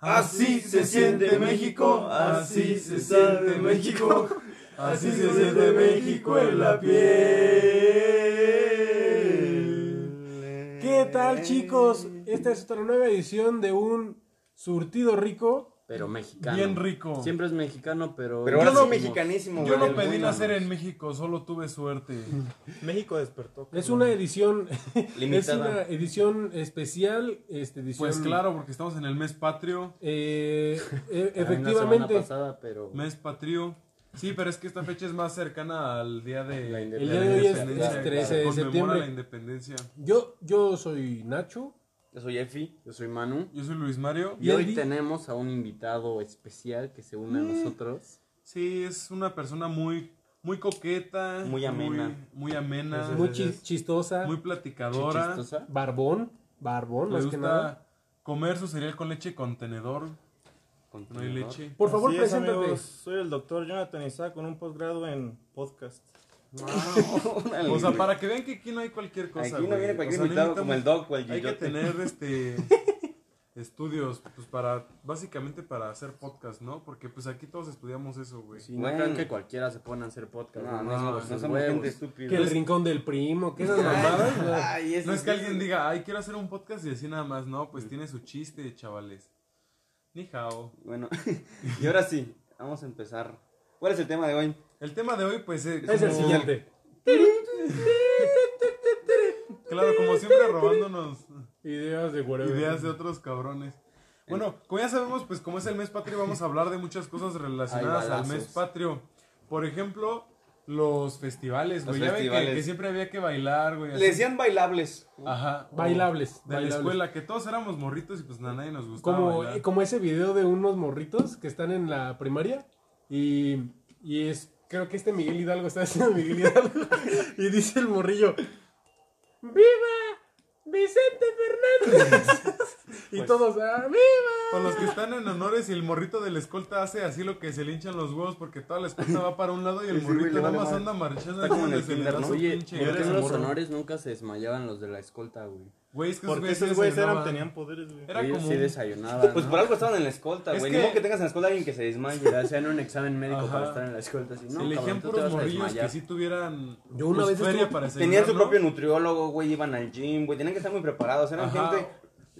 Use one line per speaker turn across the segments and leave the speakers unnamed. Así se siente México, así se siente México, así se siente México en la piel.
¿Qué tal, chicos? Esta es otra nueva edición de un surtido rico.
Pero mexicano.
Bien rico.
Siempre es mexicano, pero.
Pero
Yo
ahora
no
sí, mexicanísimo.
Yo
güey.
no pedí nacer
pues.
en México, solo tuve suerte.
México despertó.
Es una edición, es
Limitada.
una edición especial, este edición.
Pues claro, porque estamos en el mes patrio.
eh, e-
Era una semana
efectivamente,
pasada, pero.
Mes patrio. Sí, pero es que esta fecha es más cercana al día de
La
el día de hoy es,
independencia,
es 13 de
que se conmemora la
septiembre.
independencia.
Yo, yo soy Nacho.
Yo soy Efi.
Yo soy Manu.
Yo soy Luis Mario.
Y,
¿Y
hoy
Eddie?
tenemos a un invitado especial que se une a
Mm.
nosotros.
Sí, es una persona muy, muy coqueta.
Muy amena.
Muy, muy amena.
Muy chi- chistosa.
muy platicadora.
Chistosa.
Barbón. Barbón,
Le
más que nada.
gusta comer su cereal con leche con tenedor. No hay leche.
Por favor,
Así es,
preséntate.
amigos, soy el doctor Jonathan Isaac con un posgrado en podcast.
Órale,
O sea,
güey.
para que vean que aquí no hay cualquier cosa.
Aquí no
güey.
viene
O
cualquier
sea, no
invitado como
invitamos-
el Doc o el
Hay que
Giyote.
tener este estudios, pues para, básicamente para hacer podcast, ¿no? Porque pues aquí todos estudiamos eso, güey.
Si no
Bueno.
crean que cualquiera se pone a hacer podcast.
No, no,
nomás
no,
por
no
sus
somos
huevos.
gente
Que el
estúpida.
rincón del primo, que esas mamadas. o sea,
Ay, ese
No es que alguien diga, ay, quiero hacer un podcast y así nada más, no, pues tiene su chiste, chavales. Ni jao.
Bueno, y ahora sí, vamos a empezar. ¿Cuál es el tema de hoy?
El tema de hoy, pues, eh,
es el
como-
siguiente.
Claro, como siempre robándonos
Ideas de whatever.
ideas de otros cabrones. Bueno, como ya sabemos, pues como es el mes patrio, vamos a hablar de muchas cosas relacionadas
Hay
al
balazos.
mes patrio. Por ejemplo, los festivales, güey.
Los
Ya ven que,
festivales.
que siempre había que bailar, güey.
Le
así.
decían bailables.
Ajá.
Oh,
o
Bailables,
De
bailables.
la escuela, que todos éramos morritos y pues a nadie nos gustaba.
Como,
bailar.
como ese video de unos morritos que están en la primaria y, y es, creo que este Miguel Hidalgo está haciendo Miguel Hidalgo y dice el morrillo, ¡Viva Vicente Fernández! y todos, "Ah, ¡Viva!
Con los que están en honores y el morrito de la escolta hace así lo que se le hinchan los huevos porque toda la escolta va para un lado y el
Sí, güey,
morrito
le
nada
vale
más
madre.
anda marchando
Está
así
como en
donde
el
se le
kinder,
da
¿no?
su
Oye,
pinche
¿por qué en
gana,
los
morro.
honores nunca se desmayaban los de la escolta, güey?
Güey, es que esos
Porque
güeyes sí
esos güeyes eran,
desayunaban.
tenían poderes, güey.
Era
Ellos
como
sí
un-
desayunaban.
Pues
¿no?
por algo estaban en la escolta,
Es
güey.
que-
Ni modo que tengas en la escolta a alguien que se desmaye.
Que hacían un examen médico
Ajá.
para estar en la escolta. Así, no,
elegían
cabrón, tú te
puros
vas a
morrillos que
desmayar.
sí tuvieran
Yo una
pues,
vez
feria
estuve-
para
Tenían su
desayunar,
propio nutriólogo, güey. Iban al gym, güey. Tenían que estar muy preparados. Eran
Ajá.
gente.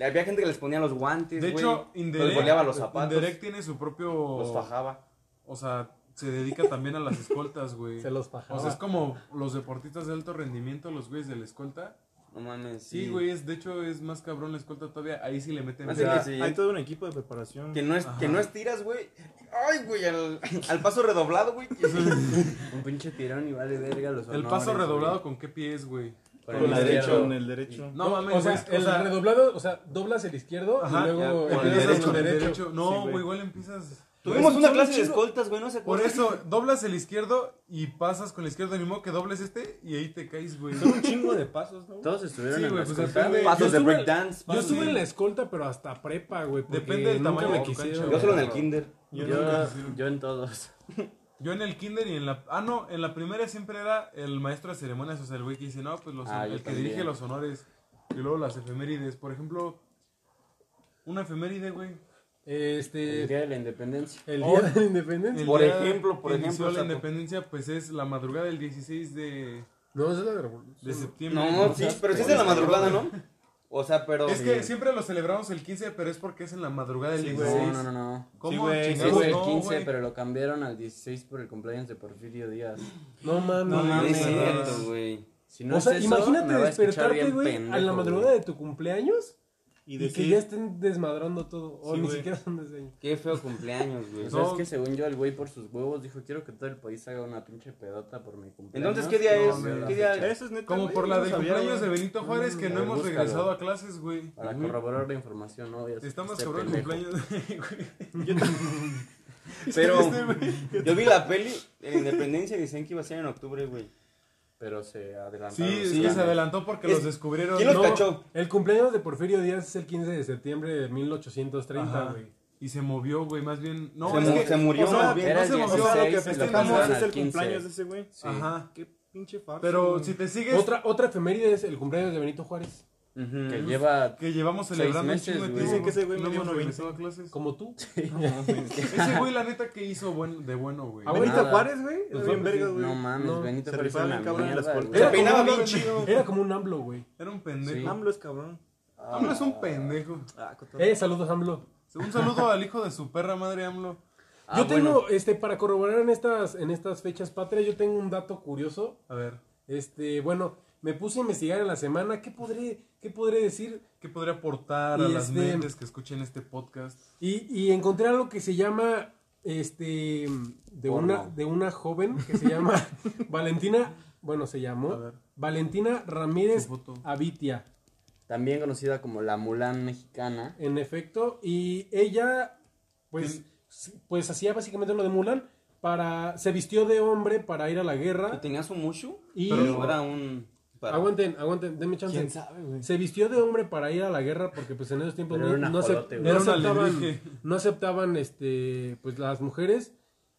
Había gente que les ponía los guantes,
De
güey.
hecho,
les
Inderec,
boleaba los zapatos.
Inderec tiene su propio...
Los fajaba.
O sea, se dedica también a las escoltas, güey.
Se los fajaba.
O sea, es como los deportistas de alto rendimiento, los güeyes de la escolta.
No mames.
Sí, güey, es, de hecho es más cabrón la escolta todavía. Ahí sí le meten.
Así
O sea,
que sí.
Hay todo un equipo de preparación.
Que no, es, que no estiras, güey. Ay, güey, al, al paso redoblado, güey.
Un pinche tirón y vale verga los
El
honores,
paso
güey.
redoblado con qué pies, güey.
Con
Con
Con
el
la
derecho.
derecha, con el derecho.
No mames,
o sea,
güey,
el redoblado, o sea, doblas el izquierdo
Ajá,
y luego
ya, con el
empiezas
derecho,
con
el
derecho.
derecho. No,
Sí,
güey,
güey.
igual empiezas.
Tuvimos una clase de escoltas, güey, no sé
Por eso, doblas el izquierdo y pasas con el izquierdo, ni modo que dobles este y ahí te caes, güey.
Son un chingo de pasos, ¿no?
Todos estuvieron
Sí,
en
güey,
la
pues
escolta.
depende.
Pasos
Yo
de
estuve-
breakdance.
Yo
pasos
estuve
de-
en la escolta, pero hasta prepa, güey. porque
Depende del
nunca
tamaño
me
de tu
quisieron.
cancha,
Yo solo en el kinder.
Yo,
Yo-
yo en todos.
Yo en el kinder y en la... Ah, no, en la primera siempre era el maestro de ceremonias, o sea, el güey que dice, no, pues los,
Ah, yo
el que
también.
dirige los honores. Y luego las efemérides. Por ejemplo, una efeméride, güey.
Este,
El día de la independencia.
El
Ahora-
día de la independencia.
El
Por
día
ejemplo, por
que
ejemplo,
Inició
o sea,
la independencia, pues es la madrugada del 16 de,
No, esa es la revolución.
de septiembre.
No, sí, pero sí es en la madrugada, ¿no? O sea, pero.
Es que siempre lo celebramos el 15, pero es porque es en la madrugada del
Sí, güey.
16.
No, no, no, no.
¿Cómo
Sí, güey, No,
Sí,
chingados?
fue el
No,
15,
güey.
pero lo cambiaron al 16 por el cumpleaños de Porfirio Díaz.
No mames.
No
No
mames.
es cierto, güey.
Si no
o
es
sea,
eso,
imagínate
me va a escuchar
despertarte,
bien
güey, a la
pendejo,
madrugada
güey.
de tu cumpleaños
Y
y,
decir,
que ya estén desmadrando todo. O
Sí,
ni
güey.
siquiera son desayunos.
Qué feo cumpleaños, güey.
O sea,
No.
Pues es que según yo, el güey por sus huevos dijo, quiero que todo el país haga una pinche pedota por mi cumpleaños.
Entonces, ¿qué día
No,
es?
güey.
¿Qué día es?
Eso es neta.
Como
güey,
por la
no
del
sabía,
cumpleaños de
güey.
Benito Juárez, que
a
no
ver,
hemos
búscalo.
regresado a clases, güey.
Para corroborar la información, ¿no? Ya
Está más
este
cabrón el
pendejo.
cumpleaños de- güey.
Pero
Este güey.
yo vi la peli de la independencia y decían que iba a ser en octubre, güey.
Pero se
Sí,
adelantaron.
es
los
que
planes.
se adelantó porque
Es-
los descubrieron.
¿Quién los
No,
cachó?
El cumpleaños de Porfirio Díaz es el 15 de septiembre de 1830,
Ajá.
güey.
Y se movió, güey, más bien. No,
Se
es
mu-
que-
se murió
o sea,
más bien.
no
Era el
se movió.
16
O sea, lo que
y lo
festejamos
pasaron
es
al
el
15.
cumpleaños de ese güey.
Sí.
Ajá.
Qué pinche farsa.
Pero
güey.
si te sigues.
Otra, otra efeméride es el cumpleaños de Benito Juárez.
Que lleva.
Que llevamos
Seis
celebrando
meses,
un chingo de
güey.
tiempo.
Dicen que ese güey
no
me dio
hemos
90.
regresado a clases.
Como tú.
Ese güey, la neta, que hizo buen- de bueno, güey?
Ah, bueno.
Benito
nada.
Juárez, güey. Era
Pues
bien
vamos,
verga,
sí.
güey.
No mames,
No,
Benito
se
parece
rifaba
una
bien cabrón en las
mierda,
polcas.
güey.
Se
Era
peinaba
como-
bien chido.
Era como un AMLO, güey.
Era un pendejo.
Sí.
AMLO
AMLO es cabrón.
es un pendejo.
Ah, cotorro.
Eh, saludos, AMLO.
Un saludo al hijo de su perra madre, AMLO.
Ah,
yo tengo,
bueno.
este, para corroborar en estas, en estas fechas patrias, yo tengo un dato curioso.
A ver,
Este, bueno, me puse a investigar en la semana. ¿Qué podré, qué podré decir?
¿qué podría aportar a
Y
las
este-
mentes que escuchen este podcast?
Y, y encontré algo que se llama, este, de
Porno.
una, de una joven que se llama Valentina, bueno, se
A
llamó
ver.
Valentina Ramírez
Su foto.
Avitia,
También conocida como la Mulan mexicana.
en efecto. Y ella, pues, sí, pues hacía básicamente lo de Mulan. Para, se vistió de hombre para ir a la
¿Y
guerra.
tenía su mushu?
Y- Ah,
Pero era un... para-
Aguanten, aguanten, denme chance.
sabe, güey?
Se vistió de hombre para ir a la guerra porque pues en esos tiempos
Pero
no,
era un
no acep-
ajolote, güey.
no
Era un
aceptaban,
alebrije.
no aceptaban este pues las mujeres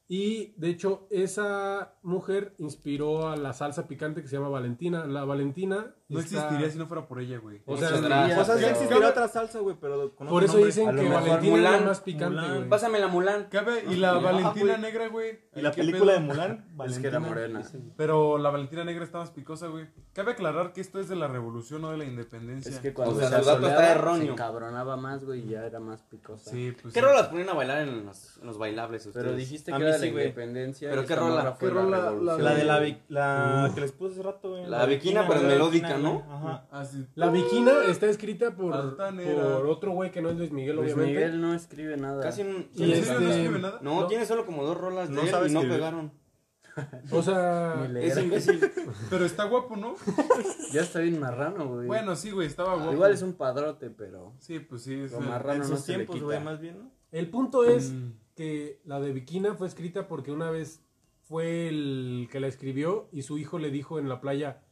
y de hecho esa mujer inspiró a la salsa picante que se llama Valentina. La Valentina
No
está-
existiría si no fuera por ella, güey.
o
Muchas
sea,
gracias,
O sea, sí
pero-
existiría otra salsa, güey, pero con
por
otro
eso
nombre.
dicen
A lo
que
mejor
Valentina es
Mulan,
la más picante,
Mulan.
güey.
Pásame la Mulan.
Cabe, y la
Ah,
Valentina
güey.
negra, güey.
Y la
¿Qué
película
pedo?
de Mulan,
Es que
Valentina.
era morena.
Pero la Valentina negra está más picosa, güey. Cabe aclarar que esto es de la revolución, no de la independencia.
Es que cuando
O sea,
se
el dato
asoleaba,
está
se
erróneo.
encabronaba más, güey, y ya era más picosa.
Sí, pues.
¿Qué
sí.
rolas ponían a bailar en los, en los bailables ustedes?
Pero dijiste
A
que
mí
era de
sí,
la
güey.
independencia.
Pero
y
qué
esta
rola,
morra
qué
fue
rola, la-
revolución.
La de la, vi- la que les puse hace rato, güey.
La viquina, pero
güey,
melódica,
viquina, güey.
¿no?
Ajá.
Así.
La Viquina está escrita por,
Altanera.
por otro güey que no es Luis Miguel,
Luis
obviamente.
Miguel no escribe nada.
Casi un...
Y
¿En
este-
serio no escribe nada?
No,
No.
tiene solo como dos rolas de
No
él
sabe
y no
escribir.
pegaron.
O sea,
Ni leer.
Es imbécil.
Pero está guapo, ¿no?
Ya está bien marrano, güey.
Bueno, sí, güey, estaba guapo.
Igual es un padrote, pero.
Sí, pues sí. Es
Lo
el-
marrano
En
no
sus
se le
tiempos,
quita.
güey, más bien, ¿no?
el punto es
Mm.
que la de Bikina fue escrita porque una vez fue el que la escribió y su hijo le dijo en la playa,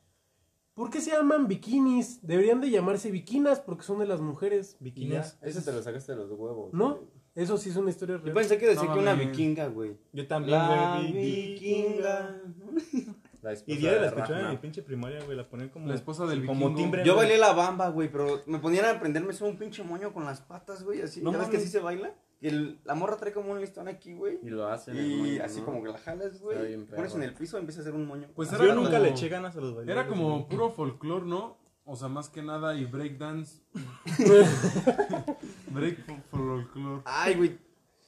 ¿por qué se llaman bikinis? Deberían de llamarse bikinas porque son de las mujeres.
Bikinas.
Ese te lo sacaste de los huevos.
¿no,
güey.
eso sí es una historia real.
Yo pensé que decía
No
que una
mames.
vikinga, güey.
Yo también,
La
güey. vi-
vikinga.
La esposa
Y diario
de
la escuchaba en mi
Ragnar.
pinche primaria, güey. La ponían como.
La esposa del
Como
vikingo.
timbre.
Yo bailé la bamba, güey, pero me ponían a aprenderme solo un pinche moño con las patas, güey, así.
No
¿Ya ves que
mames.
así se baila? Y el- la morra trae como un listón aquí, güey.
Y lo hacen. en el
Y
mundo,
así
¿no?
como que la jalas,
Está
güey.
bien perro.
Pones en el piso y empiezas a hacer un moño.
Pues
Yo
era como-
nunca le eché ganas a los bailarines.
Era como
güey.
puro folclore, ¿no? O sea, más que nada, y breakdance. Break fo- folclore.
Ay, güey.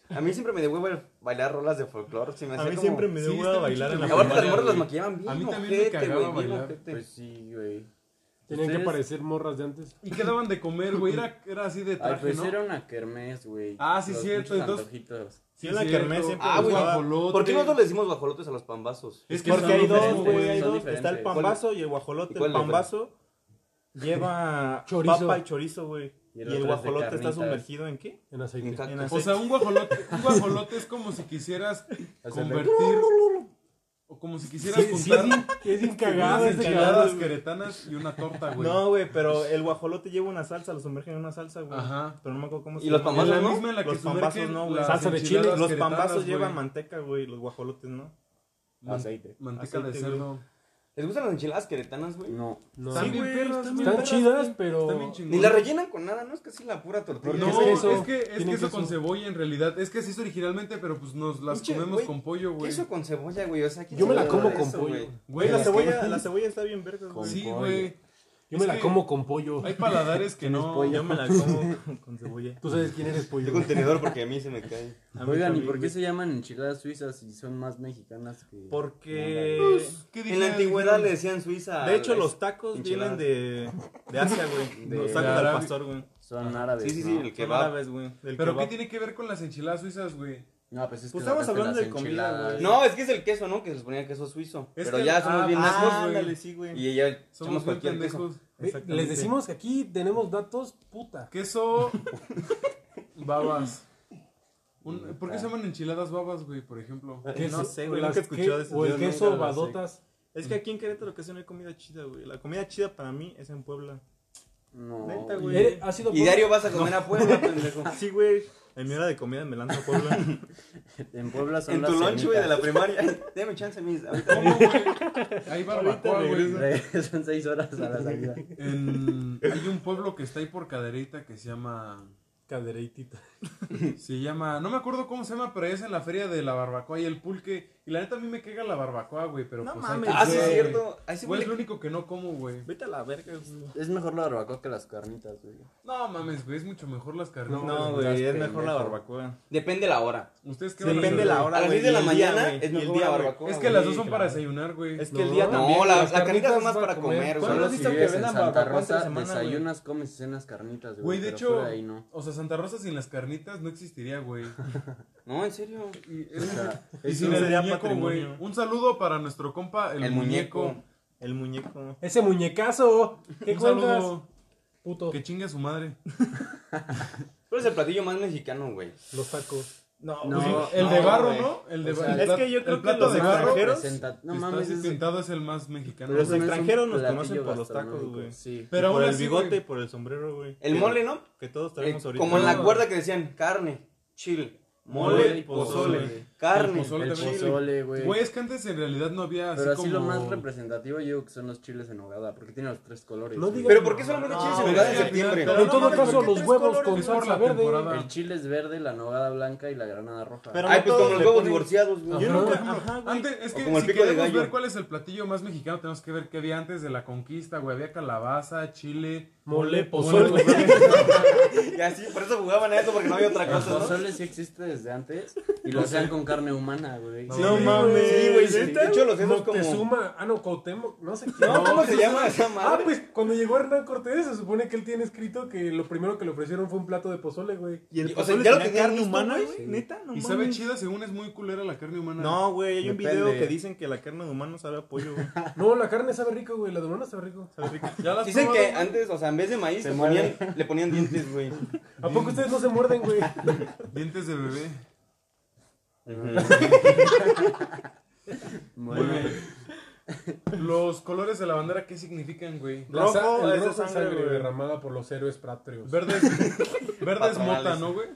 A mí siempre me dio huevo el bailar rolas de folclore. Se me
A
hacía
mí
como-
siempre me dio
Sí,
hueva
está
bailar en
mucho
la
Y
mejor.
aparte las
primaria.
morras las
güey.
maquillaban bien.
A mí también me
ojete,
cagaba
güey, bien
bailar,
ojete.
Pues sí, güey.
Tenían que
Ustedes-
parecer morras de antes.
¿Y qué daban de comer, güey? Era, era así de
Ay,
traje,
pues
¿no?
era una kermés, güey.
Ah, sí,
Los
cierto,
pinches
entonces-
antojitos.
Sí, en la
cierto.
kermés siempre
Ah, güey.
usaba-
guajolote.
¿Por qué nosotros le decimos guajolotes a los pambazos?
Es que
Porque
son
hay dos,
diferentes,
güey, hay
son
dos. Está el
diferentes.
pambazo y el guajolote.
¿Y cuál
El
es, güey?
pambazo lleva
Chorizo.
papa y chorizo, güey.
Y
Y el,
el otro es de
guajolote está
carnitas.
sumergido en qué?
En aceite.
En ca-
En
O
aceite.
sea, un guajolote, un guajolote es como si quisieras
Hacerle-
convertir. O como si quisieras
Sí, sí,
juntar
sí, es bien cagado
unas
este
enchiladas
cabrón.
queretanas y una torta, güey.
no, güey,
Pues
pero el guajolote lleva una salsa, lo sumergen en una salsa, güey.
Ajá.
Pero no me acuerdo cómo se
Y los
llama.
En
pambazos,
la
¿no?
misma en la que
Los pambazos
sumergen
no, güey.
las
Salsa de chile.
enchiladas
Los
queretanas,
pambazos llevan
güey.
manteca, güey, los guajolotes no.
Man-
Aceite.
Manteca de
Aceite, güey.
cerdo.
¿Les gustan las enchiladas queretanas, güey?
No.
No.
Están bien
güey,
perras,
están
bien
Están
perras,
chidas,
güey.
pero-
Están bien
Ni
chingonas.
la rellenan con nada, ¿no? Es casi la pura tortilla.
Porque
No,
es
es
queso.
que, es que
Tienen
queso con
queso.
cebolla en realidad. Es que se hizo originalmente, pero pues nos las
Pinche,
comemos
güey,
con pollo, güey.
Queso con cebolla, güey. O sea, ¿quién
Yo me
se
la
acuerda
como
de
con
eso,
pollo.
Güey, la
Es que-
cebolla, la cebolla está bien verga,
Con
güey.
Sí,
pollo.
güey.
Yo me
es
la
que-
como con pollo.
Hay paladares que no.
pollo.
Yo me la como con cebolla.
Tú sabes quién eres pollo.
Yo contenedor porque a mí se me cae.
A mí
Oigan, ¿y
también,
por qué
güey.
se llaman enchiladas suizas si son más mexicanas que.?
Porque
¿Qué dije?
En la antigüedad le decían Suiza.
de hecho
al-
los tacos
enchiladas.
vienen de, de Asia, güey.
De-
los tacos
de
al
Arabia.
pastor, güey.
Son árabes.
Sí, sí, sí,
¿no?
el
Son
kebab.
árabes, güey. del
¿Pero qué
kebab.
tiene que ver con las enchiladas suizas, güey?
No, pues es que
Pues estamos
sacaste
hablando
las
de comida,
enchiladas.
güey.
No, es que es el queso, ¿no? Que se les ponía queso suizo.
Es
pero
que-
ya somos
ah,
bien
ah,
nazcos.
güey.
ándale, sí, güey.
Y ya somos
Somos bien
cualquier queso.
pendejos.
Ve,
Exactamente.
Les decimos que aquí tenemos datos, puta.
Queso. babas. Un- ¿Por qué se llaman enchiladas babas, güey, por ejemplo?
No
Queso-
sé, güey,
las
nunca he escuchado
que-
de eso.
O el
Yo nunca
queso
las sé.
badotas.
Es que aquí en Querétaro casi no hay comida chida, güey. La comida chida para mí es en Puebla.
No.
Neta,
güey.
güey.
Ere- ¿Has ido a
Y
Puebla?
diario vas a comer a Puebla,
Ah.
pendejo.
Sí, güey.
En mi hora de comida me lanzo a Puebla.
En Puebla son
En
las
tu lunch, güey, de la primaria. Deme chance, mis. Ahorita vengo.
Hay barbacoa, güey.
la... Son seis horas a la salida.
En- Hay un pueblo que está ahí por Cadereyta que se llama...
Cadereitita.
Se llama... No me acuerdo cómo se llama, pero es en la feria de la barbacoa y el pulque. Y la neta a mí me caga la barbacoa, güey, pero
No
pues hay
mames,
que
Ah, sí, es
hacer,
güey.
cierto. Ahí sí
Pues, Güey, es lo
huele-
único que no como, güey.
Vete a la verga, güey.
Es mejor la barbacoa que las carnitas, güey.
No mames, güey, es mucho mejor las carnitas.
No,
estás
güey, es mejor la
pendejo.
barbacoa.
Depende la hora.
Ustedes qué van a hacer,
Depende
güey?
la hora,
A las
güey,
10 de
y
la
el día,
mañana
güey,
es
y el
mejor la
día, güey.
barbacoa.
Es que las dos son
Sí,
para
claro.
desayunar, güey.
Es que el
No.
día también.
No, las,
las
las carnitas son
carnitas
más
para
para
comer.
comer,
¿Cuándo
güey.
has
si
visto que
vives
venden
en Santa
barbacoa entre
Rosa,
semana, güey?
desayunas, comes y cenas carnitas, güey.
Güey, de
pero
hecho,
fuera ahí no.
o sea, Santa Rosa sin las carnitas no existiría, güey.
No, en serio.
Y,
O sea,
y
eso
sin el
sería
muñeco, güey.
patrimonio.
Un saludo para nuestro compa, el,
El
muñeco.
muñeco.
El muñeco.
Ese muñecazo. ¿Qué
Un
cuentas?
saludo.
Puto.
Que chingue a su madre.
¿Cuál es el platillo más mexicano, güey?
Los tacos.
No,
No,
güey.
El de barro,
güey.
¿no? El de
O sea,
barro.
Es que yo creo que
plato
los
de barro.
extranjeros-
presenta- No
No
mames, es-
pintado es el más mexicano.
pero
los
eso
güey.
no es un
extranjeros nos
platillo
conocen por los tacos,
gastronómico,
güey.
Sí.
Pero
Pero
por
aún
el
así, güey,
bigote y por el sombrero, güey.
El mole, ¿no?
Que todos
Eh,
traemos ahorita.
como en la
No.
cuerda que decían, carne, chile,
Mole
mole
y
y
pozole.
pozole. Carne,
El pozole
El
también.
pozole, güey.
Güey, es que antes en realidad no había así
Pero así
como...
lo más representativo yo creo que son los chiles en hogada, porque tiene los tres colores.
No
güey.
digas-
Ah, Pero ¿por qué solamente
No,
chiles en
güey,
lugar de
es que al final
septiembre?
todo-
Pero en
no
todo
mames,
caso,
¿por qué
los
tres
huevos
colores?
con
Es por
salsa
la
verde.
temporada.
El chile es verde, la nogada blanca y la granada roja.
Pero
Ay,
no
pues
todos
como los
le
huevos
ponen-
divorciados, güey.
Yo
Ajá.
nunca, ajá, güey.
Antes, es
O
que
como el
si
pico de
queremos
gallo.
ver cuál es el platillo más mexicano, tenemos que ver qué había antes de la conquista, güey. Había calabaza, chile,
Mole,
pozole.
pozole.
Y así, por eso jugaban a eso, porque no había otra
El
cosa, ¿no?
pozole sí existe desde antes y lo hacían con carne humana, güey.
No,
Sí,
no
güey.
mames.
Sí, güey.
Sí,
neta,
de hecho, los hemos como...
Moctezuma. Ah, no, Cuauhtémoc. No sé qué.
No, ¿cómo se llama esa
Ah,
madre?
pues cuando llegó Hernán Cortés, se supone que él tiene escrito que lo primero que le ofrecieron fue un plato de pozole, güey.
Y el
O sea,
pozole
¿ya lo
tenía
tenían
carne
listo,
humana,
güey?
güey. Neta, no
Y sabe
mames.
chida, según es muy culera la carne humana.
No, güey, hay un video
Depende.
que dicen que la carne de humano sabe a pollo, güey.
No, la carne sabe rico, güey. La de humano sabe rico.
Sabe rico.
¿Ya las
Dicen que
probaron?
antes, o sea, en vez de maíz,
Se
le ponían, le ponían dientes, güey.
¿A poco ustedes no se muerden, güey?
Dientes de bebé.
Bueno,
Los colores de la bandera, ¿qué significan, güey?
La sa-
Rojo
el
es de
rojo
sangre, güey.
derramada por los héroes patrios.
Verde es, verde es mota, ¿no, güey?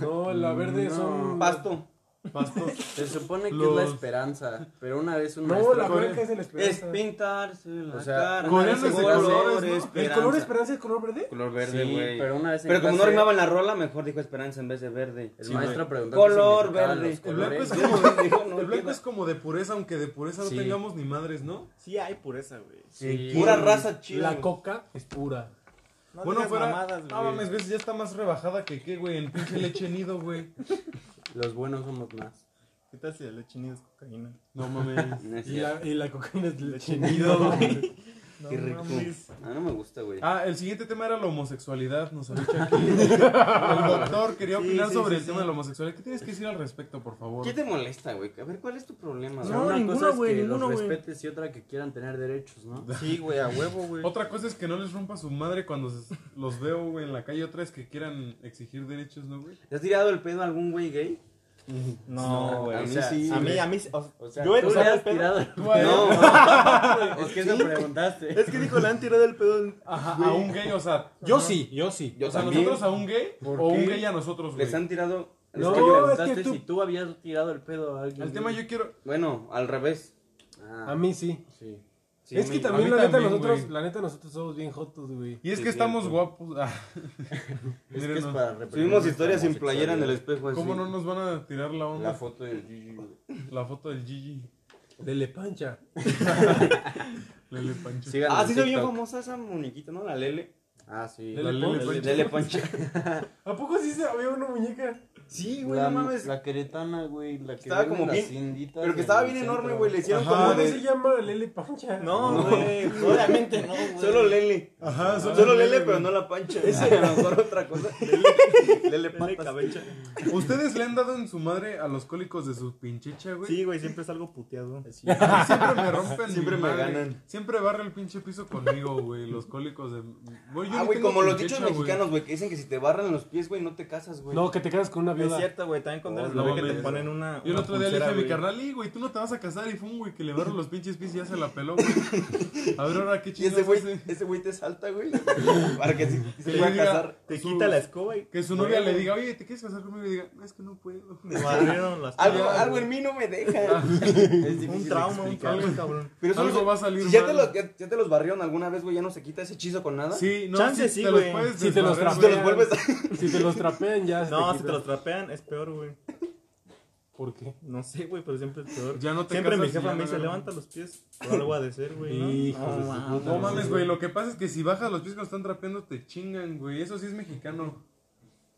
No, la verde es un...
Pasto.
Pastos.
se supone que
Los-
es la esperanza, pero una vez un
No,
maestro-
la blanca es el
Es
esperanza.
pintarse la
O sea,
cara.
colores
de
de colores, ¿no?
¿El color esperanza es color verde?
Color verde,
Sí,
güey.
pero una vez en
Pero como no
clase,
rimaban la rola, mejor dijo esperanza en vez de verde.
el
Sí,
maestro preguntó
Color
qué significaban
verde.
los
El blanco, es
colores.
como,
Dijo, no,
el blanco
queda.
es como de pureza, aunque de pureza
Sí.
no tengamos ni madres, ¿no?
Sí hay pureza, güey.
Sí.
Pura raza chida.
La coca es pura.
No
bueno,
digas
fuera.
mamadas,
no
güey.
mames, ves, ya está más rebajada que qué, güey. En pinche leche nido, güey.
Los buenos somos más.
¿Qué tal si la leche nido es cocaína?
No mames.
No es
Y la, y la cocaína es leche.
güey.
Qué rico.
mames.
cierto. Ah, no me gusta, güey.
Ah, el siguiente tema era la homosexualidad, nos había aquí. El doctor quería
Sí,
opinar
sí,
sobre
sí,
el
sí.
tema de la homosexualidad. ¿Qué tienes que decir al respecto, por favor?
¿Qué te molesta, güey? A ver, ¿cuál es tu problema,
O
güey?
sea,
No,
una
ninguno,
cosa es
güey,
que
ninguno,
los
güey.
respetes y otra que quieran tener derechos, ¿no?
Sí, güey, a huevo, güey.
Otra cosa es que no les rompa su madre cuando se- los veo, güey, en la calle. Otra es que quieran exigir derechos, ¿no, güey?
¿Te has tirado el pedo a algún güey gay?
No, güey.
a
o
mí
sea,
sí,
A mí,
güey.
a mí. o-
O sea,
yo he
tú le
tirado el
has
pedo.
tirado
Tú a él.
No.
Es que eso preguntaste.
Es que dijo, le han tirado el pedo.
Ajá, a un gay, o sea,
Yo sí, yo sí.
Yo
o sea,
también.
nosotros a un gay o un gay a nosotros, güey.
Les han tirado...
No,
es que
es que
preguntaste
tú-
si tú habías tirado el pedo a alguien.
El tema yo quiero.
Bueno, al revés.
Ah,
A mí sí.
sí.
Sí,
es que
me-
también,
a mí
la neta,
también,
nosotros,
güey.
la neta, nosotros somos bien jotos, güey.
Y es
Sí,
que estamos
cierto.
guapos. Ah,
Es que es
mírenos.
para representar
Subimos historias sin
nuestra
playera en el
homosexualidad.
espejo así.
¿Cómo no nos van a tirar la onda?
pues, La foto del Gigi, güey.
La foto del Gigi.
De Lepancha.
Lele Pancho.
Síganos
Ah,
en
sí, soy bien
TikTok.
famosa esa moniquita, ¿no? La Lele.
Ah, sí.
La Lele Pancho.
Lele Pancha.
¿A poco sí se había una muñeca?
Sí, güey,
La,
no mames.
la queretana, güey, la que
Estaba
vende
como
las
bien-
inditas
Pero que
en
estaba
el
bien
centro.
enorme, güey. Le hicieron
Ajá.
como
¿Cómo se
de.
llama Lele Pancha?
No, güey. Obviamente no, güey.
Solo Lele.
Ajá,
Solo Lele, pero no la pancha. Ese a lo mejor otra cosa.
Lele cabecha.
¿Ustedes le han dado en su madre a los cólicos de su pinchecha, güey?
Sí, güey, siempre salgo puteado.
Sí.
Ah, Siempre me rompen
Siempre
mi
me
madre.
ganan.
Siempre barre el pinche piso conmigo, güey. Los cólicos de. Güey, yo
Ah,
ni
güey,
tengo
como los
pinchecha,
dichos
güey.
mexicanos, güey, que dicen que si te barran los pies, güey, no te casas, güey.
No, que te quedas con una
No es
viuda.
cierto, güey. También cuando
Oh,
eres
no
bebé que te
mames.
ponen una.
Yo el
una
otro día le dije
pulsera,
a mi
güey.
carnal, "Ey, güey, tú no te vas a casar. Y fue un güey que le barro los pinches pies y ya se la peló, güey. A ver, ahora qué
Y
chingados
ese güey,
hace?
ese güey te salta, güey. Para que se, se
Que
pueda
diga-
casar.
Su-
Te quita la escoba y.
Que su novia le diga, oye, ¿te quieres casar conmigo? Y diga, "No, es que no puedo.
Me barrieron las
Algo,
piernas,
algo
güey.
en mí no me deja.
Es
Un trauma, un
explicar.
trauma, cabrón.
Pero eso
Algo
no-
va a salir
si ya te,
mal.
los, ya, ya te los barrieron alguna vez, güey, ya no se quita ese hechizo con nada.
Sí, no,
Chance sí,
te los
güey.
puedes
Sí te los
desbarrar,
Si
trapean.
te
güey.
los vuelves a...
Si te los trapean ya. se
No, si
quita.
te los trapean es peor, güey.
¿Por qué?
No sé, güey, pero siempre es peor.
Ya no te
siempre
casas
mi
y
jefa
ya
me
no
dice,
agarras.
levanta los pies. Por algo ha de ser, güey. ¿no? Ah,
Hijos de su
mames.
puta
No mames, güey, lo que pasa es que si bajas los pies cuando están trapeando te chingan, güey. Eso sí es mexicano.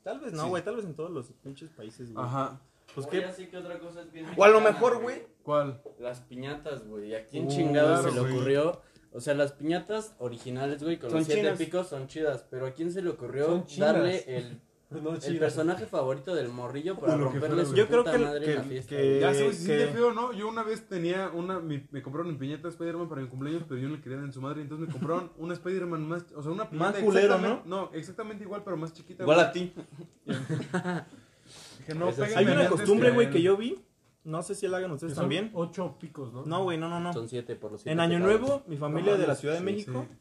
Tal vez no, güey, tal vez en todos los pinches países, güey.
Ajá.
Pues
Oye,
qué
así que otra cosa es bien
O a lo
mexicana,
mejor, güey.
¿Cuál?
Las piñatas, güey. ¿A quién
Uh,
chingados
claro,
se le
güey.
ocurrió? O sea, las piñatas originales, güey, con
Son
los siete
chidas.
picos son chidas. Pero ¿a quién se le ocurrió
Son chidas.
darle el,
No,
el personaje favorito del morrillo para
Uy, lo que
romperle
fuera,
su
güey.
yo
Yo creo
puta
que-
madre en la
que-
fiesta?
que-
güey?
Ya sé, güey, si
que-
siente feo, ¿no? Yo una vez tenía una, mi- me compraron mi piñata de Spider-Man para mi cumpleaños, pero yo no le quería dar en su madre, entonces me compraron una Spider-Man más, o sea, una piñata
Más culero,
exactamente- No, exactamente igual, pero más chiquita.
Igual
güey.
a ti.
Dije, no,
Esa sí.
péguenme
Hay
a mí
una
antes
costumbre,
este
güey, que yo vi. No sé si la hagan ustedes también.
Ocho picos, ¿no?
No, güey, no, no, no.
Son siete por los siete
En Año
pecados.
Nuevo, mi familia de la Ciudad de
Sí,
México.
sí.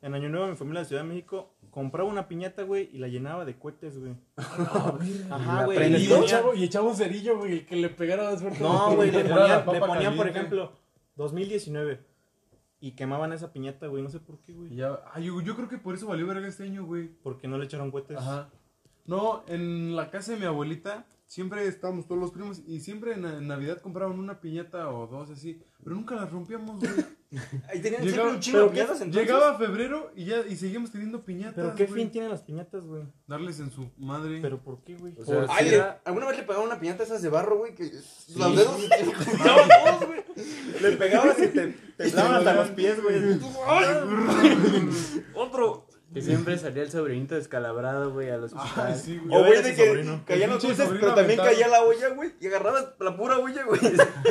En Año Nuevo, mi familia de la Ciudad de México compraba una piñata, güey, y la llenaba de cohetes, güey.
Ah,
Ajá,
¿La
güey.
prendes
y
Y
con
ponía-
el chavo, y el chavo cerillo, güey, el que le pegara más fuerte.
No, güey, le
Era
ponían,
la papa
le ponían, por
caliente.
ejemplo, 2019. Y quemaban esa piñata, güey. No sé por qué,
Y
güey.
ya- ay, yo, yo creo que por eso valió verga este año, güey.
Porque no le echaron cohetes.
Ajá. No, en la casa de mi abuelita siempre estábamos todos los primos y siempre en, en Navidad compraban una piñata o dos así, pero nunca las rompíamos, güey.
Ahí
Llegaba-
tenían siempre un chingo de
¿pero qué?
piñatas entonces.
Llegaba febrero y ya y seguíamos teniendo piñatas.
¿Pero qué
güey.
fin tienen las piñatas, güey?
Darles en su madre.
¿Pero por qué, güey?
O sea,
Ay,
sí
le-
era-
¿Alguna vez le pegaron una piñata esas de barro, güey? Que los dedos se te juntaban todos, güey.
Le pegabas y te temblaban hasta los pies, güey.
Otro.
que siempre salía el sobrinito descalabrado, güey, a los
Ay, sí, güey.
O, güey, de
ese
que
sobrino.
caían
El
los
pinche
dulces,
sobrino
pero también
aventado.
caía la olla, güey. Y agarrabas la pura olla, güey.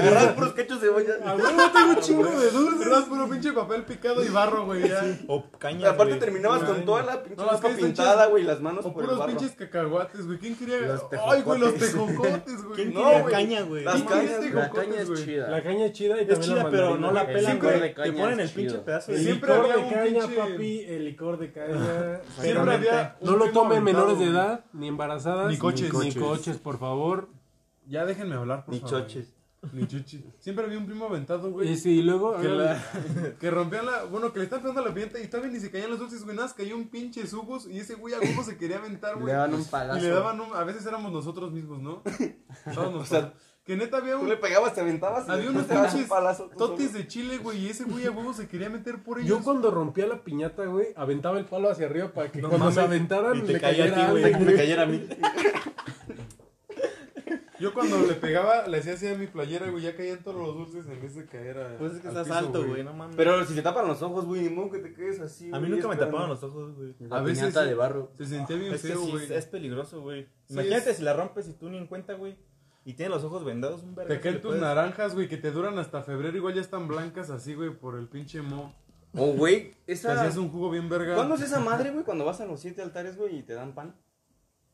Agarrabas puros cachos de olla.
no tengo un chingo de dulces. Era puro pinche papel picado y barro, güey. Ya.
O
Y
cañas,
aparte
güey.
terminabas con
Ay.
toda la pinche
No, las
ropa
calles están
pintada,
chidas.
güey, y las manos
O
por el
puros
barro.
pinches cacahuates, güey. ¿Quién quería?
Los
Ay, güey, los
tejocotes.
tejocotes, güey.
¿Quién
No,
quiere
güey.
caña, güey?
Las
¿Quién quería
cañas, güey.
La
tejocotes,
caña es
güey?
chida.
La caña es chida y
Es
también la
chida, pero
mandarina.
no la
El
pelan,
licor
güey.
de caña
Te ponen
es
el pinche
chido.
pedazo
El
de...
Siempre
licor
había
de
un
caña,
pinche-
papi, el licor de caña.
Siempre había. un
No lo
primo
tomen
aventado,
menores de
güey.
edad, ni embarazadas,
Ni coches.
ni coches, por favor.
Ya déjenme hablar, por
Ni
favor.
choches.
Ni choches. Siempre había un primo aventado, güey.
Y sí, luego
Que, la- que rompía la. Bueno, que le estaba pegando la piñata y estaba bien y se caían los dulces, güey. Nada, más cayó un pinche subos y ese güey a huevo se quería aventar, güey.
Le daban un
Y le
palazo.
daban un. A veces éramos nosotros mismos, ¿no? Estábamos.
sea,
que neta había
Tú
un.
le pegabas, te aventabas. y
Había unos
después te dabas un
pinches
palazo tú
totis
solo.
de chile, güey. Y ese güey a huevo se quería meter por ellos.
yo cuando rompía la piñata, güey, aventaba el palo hacia arriba para que
No
cuando se
mames.
aventaran
Y te
le
caía a
cayera
ti,
algo,
güey. Me
güey.
cayera a mí.
Yo cuando le pegaba, le hacía así a mi playera, güey. Ya caían todos los dulces en vez de caer a.
Pues es que
al
estás
piso,
alto, güey. No mames.
Pero si te tapan los ojos, güey, ni modo que te quedes así.
A mí
güey,
nunca me
esperando.
tapaban los ojos, güey.
La
A veces
piñata
sí.
de barro.
Se sentía bien
Es que
feo,
sí,
güey.
es peligroso, güey.
Sí,
Imagínate
es-
si la rompes y tú ni en cuenta, güey. Y tienes los ojos vendados, un verga.
Te caen tus naranjas, güey, que te duran hasta febrero. Igual ya están blancas así, güey, por el pinche mo.
Oh, güey,
Te
esa.
hacías un jugo bien verga.
¿Cuándo es esa madre, güey? Cuando vas a los siete altares, güey, y te dan pan.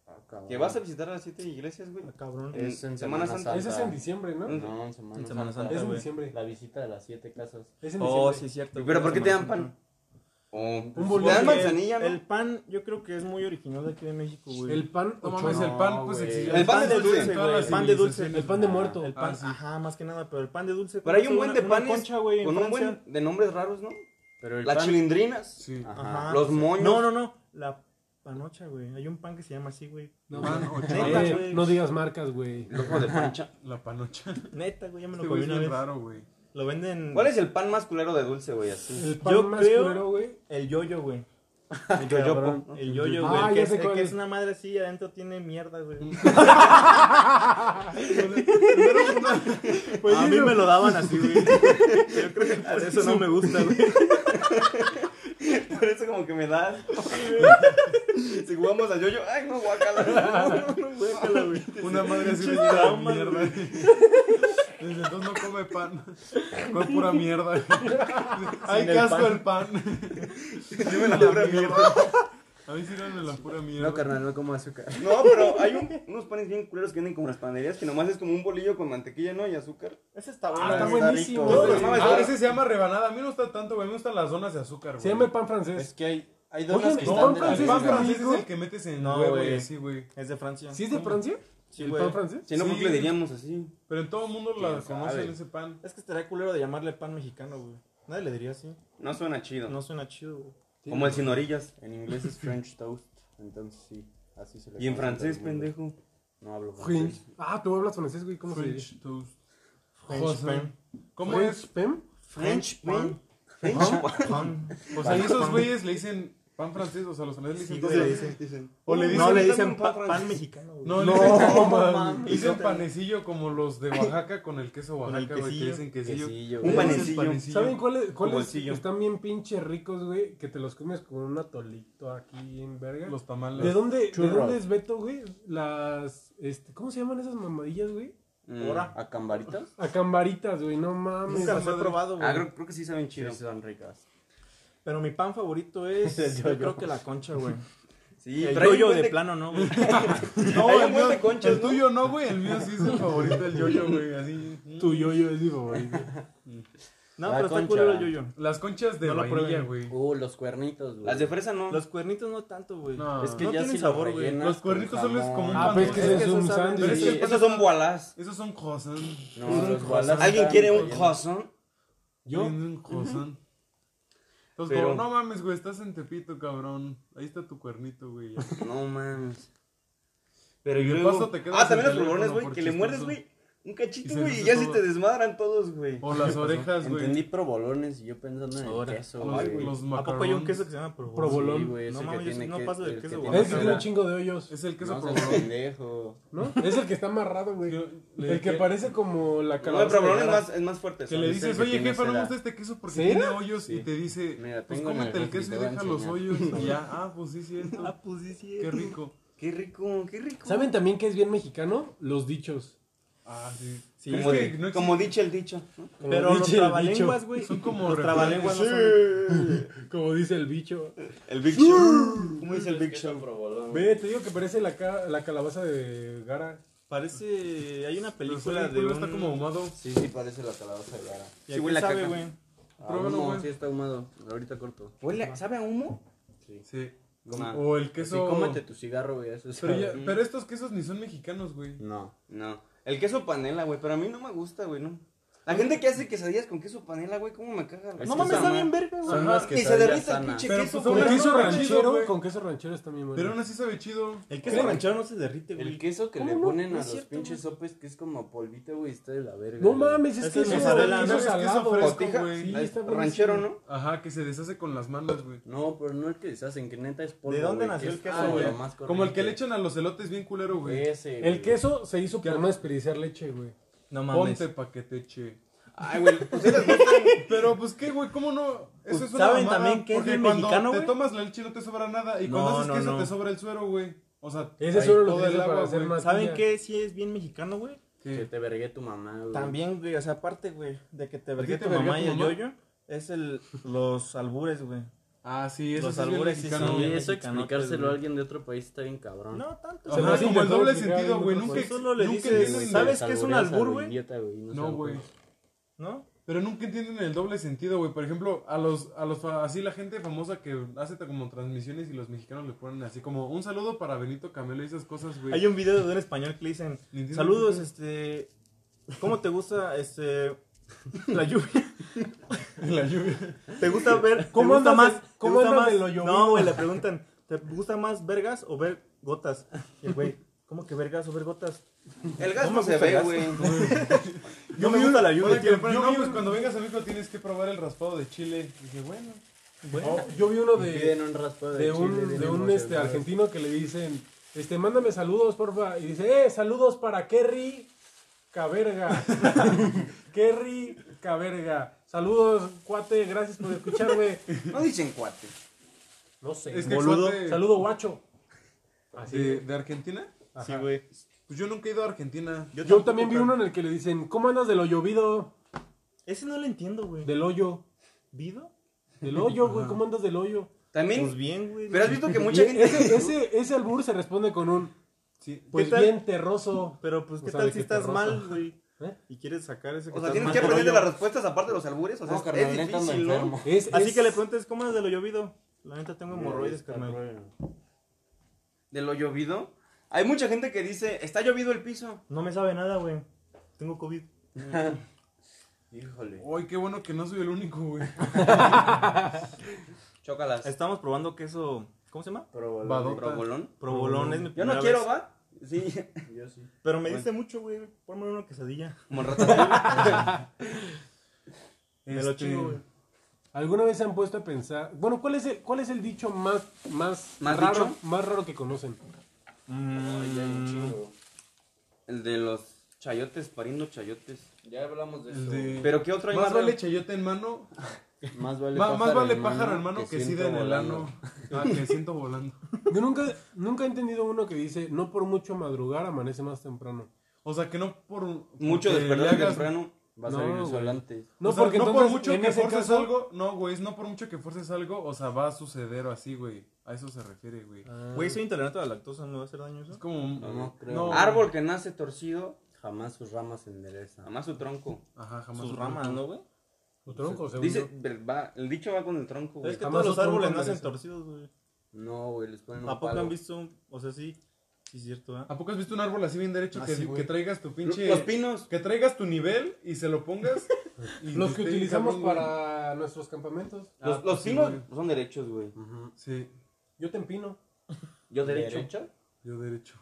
Ah, cabrón.
Que vas a visitar a las siete iglesias, güey.
Ah, Cabrón.
En
Es en
Semana
Semana
Santa.
Santa.
Ese es en diciembre, ¿no?
No, en Semana,
En Semana
Es
Santa,
en
Ah, güey.
diciembre.
La visita de las siete casas.
Es en
Oh, sí,
diciembre.
es cierto.
¿Pero
güey,
por qué
la
te dan
manzana.
pan? Oh,
Un
te
volante.
dan manzanilla, ¿no?
El pan, yo creo que es muy original de aquí de México, güey.
El pan,
No
ocho-
mames, el pan, pues
No, güey.
exigía.
El pan de dulce,
en todas
güey,
las
el pan de dulce.
civilizaciones.
el pan de muerto.
El
Ah,
pan,
sí.
ajá, más que nada, pero el pan de dulce.
Pero hay
cuesta
un buen
una-
de
una
panes
concha, güey, en
con un buen
Francia.
de nombres raros, ¿no?
Pero el
Las
pan-
chilindrinas,
Sí.
Ajá.
Ajá.
los moños.
No, no, no. La panocha, güey. Hay un pan que se llama así, güey.
No,
Pan
mames.
ocho-
Neta,
Eh,
güey.
no digas marcas, güey.
El ojo de pancha.
La panocha.
Neta, güey, ya me
Este
lo
güey
comí
es
una
bien
vez.
raro, güey.
Lo venden.
¿Cuál es el pan más culero de dulce, güey? Así.
El pan
Yo
más
creo-
culero, güey.
El yoyo, güey.
El yoyopo,
Cabrón,
¿no?
El yoyo,
Ah,
güey.
ya
que, es,
sé
el
cuál
que
es.
es una madre así y adentro tiene mierda, güey. a mí me lo daban así, güey. Pues Yo creo que por eso no me gusta, güey.
Por eso como que me das. si jugamos a yoyo, ay, no, guacala.
Guácala, güey.
Una madre así le
Pinches
llega la
traumas,
mierda.
güey.
Desde entonces no come pan. Come pura mierda. Ay,
Sin
qué
el
asco
pan.
el pan.
Yo me la doy a mierda.
A mí sí dame la pura mierda.
No, carnal, no como azúcar.
No, pero hay un- unos panes bien culeros que venden como las panaderías que nomás es como un bolillo con mantequilla, ¿no? Y azúcar.
Ese está bueno.
Ah, está
güey.
buenísimo.
rico.
güey.
No, mames,
Ah,
güey.
ese se llama rebanada. A mí no está tanto, güey. A mí me gustan las donas de azúcar, güey.
Se llama el pan
Es
francés.
que hay, hay donas
Oye,
que
¿no?
están
pan
de la
El
francés
pan
es
verga.
francés es
rico?
el que metes en el
No,
huevo y
güey.
así, güey.
Es de Francia.
¿Sí es de Francia?
Sí,
¿El
güey.
pan francés?
Si no,
Sí.
¿cómo le diríamos así?
Pero en todo el mundo
¿Quién
la
sabe?
conocen ese pan.
Es que estaría culero de llamarle pan mexicano, güey. Nadie le diría así.
No suena chido.
No suena chido, güey.
como el sin orillas.
En inglés es French toast, entonces sí, así se le
Y en
conoce a todo
francés,
el mundo.
pendejo.
No hablo
French.
francés.
Ah, tú hablas francés, güey. ¿Cómo se dice?
French toast.
French
José.
pan.
¿Cómo
French
es?
Pem.
French pan.
Pan.
O sea, y esos güeyes le dicen pan francés, o sea, los franceses le
Sí,
dicen.
güey, le
todo.
dicen.
O le
no
dicen.
le
dicen
dicen
pan
pa- pan,
francés.
mexicano, güey.
No, le
No,
dicen.
no
mames.
Dicen panecillo como los de Oaxaca con el queso
Con el
Oaxaca, güey. Que
quesillo.
dicen quesillo.
Quesillo,
Un
Ese es
panecillo.
¿Saben cuáles cuáles
bolsillo.
están bien pinches ricos, güey? Que te los comes con un atolito aquí en verga.
Los
¿De
tamales.
dónde, ¿De
churros.
dónde es Beto, güey? Las. Este, ¿Cómo se llaman esas mamadillas, güey?
Mm,
Ahora.
¿A cambaritas?
Acambaritas, güey, no mames.
Nunca los he
madre.
probado,
Ah,
güey.
creo, creo que sí saben chido.
son ricas.
Pero mi pan favorito es.
El
yo
yo-yo.
creo que la concha, güey.
Sí,
el
trae un
yo
buen
de plano, ¿no, güey?
No,
Hay
el
un buen
mío
de conchas,
El
¿no?
tuyo no, güey. El mío sí es el favorito, el yoyo, güey. Así.
Tu yo-yo es mi favorito.
No,
La
pero está
concha.
culero el yo-yo.
Las conchas de
No lo
vainilla,
prueben.
güey.
Uh, los cuernitos, güey.
Las de fresa no.
Los cuernitos no tanto, güey.
No,
Es que
no
ya
tienen
si
sabor,
los
güey.
rellenas
Los
con
cuernitos solo es
jamón.
como un
Ah, pero es que
Es
ese es
que
un
eso sabe-
sándwich.
pero es
Sí,
que el pan
esos son boalás.
Esos son croissant.
No,
un
los
croissant.
bolas
¿Alguien
están
quiere un
rellenos.
croissant?
Yo,
Tienen un croissant. Entonces,
Pero-
como, no mames, güey, estás en Tepito, cabrón. Ahí está tu cuernito, güey. ya.
No mames. Pero
Y
yo
de
luego-
paso te quedas
Ah, también
en
los
teléfono
polvorones, güey,
por
que le muerdes,
chistoso.
güey. Un
Y
cachito,
se
güey, y
deshace
ya se
todo.
te desmadran todos, güey.
O las orejas, güey.
Entendí probolones y yo pensando en el
Ahora.
queso,
Los,
güey.
los
¿A poco hay un
macarons.
queso que se llama provolón?
Provolón.
Sí, güey,
No
ese
mames,
que
yo
tiene
no
que-
paso del
el que
queso,
tiene
güey.
es que
cara.
tiene un chingo de hoyos,
Es el queso
No seas
provolón.
pendejo.
¿no? Es el que está amarrado, güey.
Yo- le-
El que parece como la
No, el
calabaza.
provolón
de
es
Gara.
más, es más fuerte.
Que
son.
le
Dicen
dices,
que
oye
tiene
jefe, no me
cera".
gusta este queso porque
¿Cera?
tiene hoyos.
Sí.
Y te dice,
Mira,
pues
tengo en el
cómete el
refri,
queso
te
y
voy a
deja los
enseñar.
hoyos. Y ya, ah, pues sí, cierto.
Ah, pues sí, sí.
Qué rico.
Qué rico, qué rico.
¿Saben también que es bien mexicano? Los dichos.
Ah, sí.
Sí,
Como,
Es
de-
que no existe-
como dicho el dicho. ¿no?
Como
Pero los
dice el
trabalenguas,
bicho.
güey.
Son como
Los
refranes.
trabalenguas no son-
Como dice el bicho.
El Big Show. ¿Cómo dice el Big Show?
Ve, te digo que parece la, ca- la calabaza de Gara.
Parece. Hay una
Pero su
película de.
culo
Un...
está como ahumado.
Sí, sí, parece la calabaza de Gara.
¿Y
Sí,
a
huele
qué
a
sabe,
caca.
güey?
Pruébalo,
Humo,
güey.
Ah, sí está ahumado. Ahorita corto.
Huele- ¿Sabe a humo?
Sí.
Goma.
O el
Sí,
queso.
Ah, cómete tu cigarro, güey. Eso
Pero,
sabe.
ya- pero estos quesos ni son mexicanos, güey.
No.
No. El queso panela, güey, pero a mí no me gusta, güey, no. La gente que hace quesadillas con queso panela, güey, cómo me caga.
Es
No
que
mames,
está
está
mal.
bien verga, güey.
Son
Ajá.
las
Ni se
quesadillas
derrita el
sanas.
pinche
Pero,
queso,
pues,
güey.
Con
Con
queso
queso ranchero,
ranchero,
güey.
con queso ranchero está bien bueno.
Pero aún así sabe chido.
El queso ranchero no se derrite, güey.
El queso que le
¿Cómo no?
ponen
No
a
es
los
cierto,
pinches sopes que es como polvito, güey, está de la verga.
No
güey.
mames, es
Ese
que
es
eso
mozzarella,
es
¿no?
queso
Es queso
salado.
fresco,
Cotija,
güey.
Sí, pues, está buenísimo.
ranchero, ¿no?
Ajá, que se deshace con las manos, güey.
No, pero no el que deshacen, que neta es polvo.
¿De dónde
güey,
nació el
que es
queso,
como
güey?
Ah, lo más
Como el que
corriente. Eh,
le echan a los elotes bien culero, güey.
Ese, güey.
El queso se hizo por no desperdiciar leche, güey.
No mames.
Ponte pa' que te eche.
Ay, güey, ustedes gustan-
Pero pues qué, güey, ¿cómo no? Eso es una
¿Saben
mamada,
también que es
porque
bien
cuando
mexicano,
Te
güey?
tomas la leche y no te sobra nada. Y
No,
cuando haces
no,
queso
no.
te sobra el suero, güey. O sea,
Ese
ahí
solo lo
todo el
utiliza para
agua,
hacer
güey.
más.
¿Saben
Tortilla.
qué? Sí, es bien mexicano, güey.
Que
¿Qué?
te vergué tu mamá, güey.
También, güey. O sea, aparte, güey, de que te vergué
te
tu
vergué
mamá
tu
y el
mamá?
yoyo, es el, los albures, güey.
Ah, sí, eso
Los
sí es bien
albures sí
mexicano.
son
Y
bien
eso
mexicanotes,
explicárselo
güey.
a alguien de otro país está bien cabrón.
No tanto.
Ajá,
se me
Según
hace
como
yo
el
puedo
doble
explicar
sentido,
en
güey.
otros
Nunca,
países. Solo pues le
nunca
dices,
entienden-
¿sabes qué es un
Albureas a
albur,
lo
güey?
idiota, güey, no
No,
sean
güey.
putos.
¿No?
Pero nunca entienden el doble sentido, güey. Por ejemplo, a los, a los, fa- así la gente famosa que hace ta- como transmisiones y los mexicanos le ponen así como un saludo para Benito Camelo y esas cosas, güey.
Hay un video de un español que le dicen,
Ni entiendo
saludos,
por
este, ¿cómo te gusta, este, la lluvia?
La lluvia.
¿Te gusta ver,
¿Cómo
te gusta
andas
más,
de- cómo
te gusta
andas
más?
de lo llovido?
No, güey, le preguntan, ¿te gusta más vergas o ver gotas? Y el güey, ¿cómo que vergas o ver gotas?
El gas
No me
no se
gusta el
ve,
gas.
güey.
Yo me gusta la
Oye,
lluvia,
que le
tío.
ponen,
Yo
no,
vi
pues
un-
cuando vengas a México tienes que probar el raspado de chile. Y dije, bueno.
Bueno,
Oh, yo vi uno
Piden
de,
un raspado de,
de
chile,
un, de
bien
un
emocionado.
este, argentino que le dicen, este, mándame saludos, porfa. Y dice, eh, saludos para Kerry Caberga. Kerry Caberga. Saludos, cuate, gracias por escucharme.
No dicen cuate.
No sé,
Es que
boludo.
cuate-
Saludo, guacho.
¿De, de Argentina?
sí, güey.
Pues yo nunca he ido a Argentina.
Yo,
tampoco,
también vi
pero-
uno en el que le dicen, ¿cómo andas de lo llovido?
Ese no lo entiendo, güey.
Del hoyo.
¿Vido?
Del hoyo, güey, ¿cómo andas del hoyo?
También.
Pues bien, güey.
Pero has visto que
Y
mucha gente.
ese, ese, ese albur se responde con un
Sí.
pues
¿Qué tal?
bien terroso.
Pero pues,
O
¿qué
sea,
tal
de
si
que te
estás
roza.
mal, güey?
¿Eh?
Y quieres sacar ese
O sea,
estás
tienes
mal
que
del
aprender de
hoyo.
las respuestas aparte de los albures. O sea,
No, carnal,
es
neta, ando
difícil, ¿no?
enfermo.
Es-
Así
es-
que le preguntes, ¿cómo es de lo llovido? La neta tengo hemorroides, carnal.
De lo llovido. Hay mucha gente que dice, está llovido el piso.
No me sabe nada, güey. Tengo COVID.
Híjole.
Uy, qué bueno que no soy el único, güey.
Chócalas.
Estamos probando queso. ¿Cómo se llama?
Badota.
¿Probolón?
Provolón. Es mi
Yo no
primera
quiero,
vez.
¿va? Sí.
Yo sí.
Pero me diste mucho, güey. Ponme una quesadilla.
Como el ratatouille.
Me lo
Este,
chingo, güey.
¿Alguna vez se han puesto a pensar? Bueno, ¿cuál es el, cuál es el dicho más, más,
¿Más
raro,
dicho?
más raro que conocen?
Ay, ya hay un chingo.
El de los chayotes, pariendo chayotes.
Ya hablamos de
El
eso.
de-
Pero ¿qué otro hay
Más
raro?
vale chayote en mano,
Más vale
ma- más vale
en
pájaro
mano
en mano que, sida
siento
en el
volando.
ano. Ah, que siento volando.
Yo nunca, nunca he entendido uno que dice, no por mucho madrugar amanece más temprano.
O sea, que no por porque
Mucho
le
despertar
hagas-
temprano.
Va a
No,
salir
güey.
insolente.
No,
o sea,
porque
no
entonces,
por mucho
en
que
ese
forces
caso-
algo, no, güey, es no por mucho que forces algo, o sea, va a suceder o así, güey. A eso se refiere, güey.
Ah,
Güey, soy intolerante a la lactosa. ¿No va a hacer daño
Es
eso?
como un-
No, no creo.
no.
Árbol que nace torcido,
Jamás sus ramas se enderezan.
jamás su tronco.
Ajá, jamás.
Sus
un-
ramas, ¿no, güey?
Tu pues, tronco, según
Dice,
yo.
pero va- el dicho va con el tronco, güey.
Es que
Jamás
todos los
otro
árboles
hombre
nacen
merece.
torcidos, güey.
No, güey, les ponen un
¿A poco
palo.
han visto? un- O sea, sí. Sí, es cierto, ¿ah?
¿A poco has visto un árbol así bien derecho
Así,
que,
güey.
que traigas tu pinche.
Los pinos.
Que traigas tu nivel y se lo pongas. y
Los
esté
que utilizamos
cabrón, güey.
para nuestros campamentos.
Ah,
Los, los
pues sí,
pinos
güey.
son derechos, güey.
Ujú.
Sí,
Yo te empino.
Yo derecho.
yo derecho.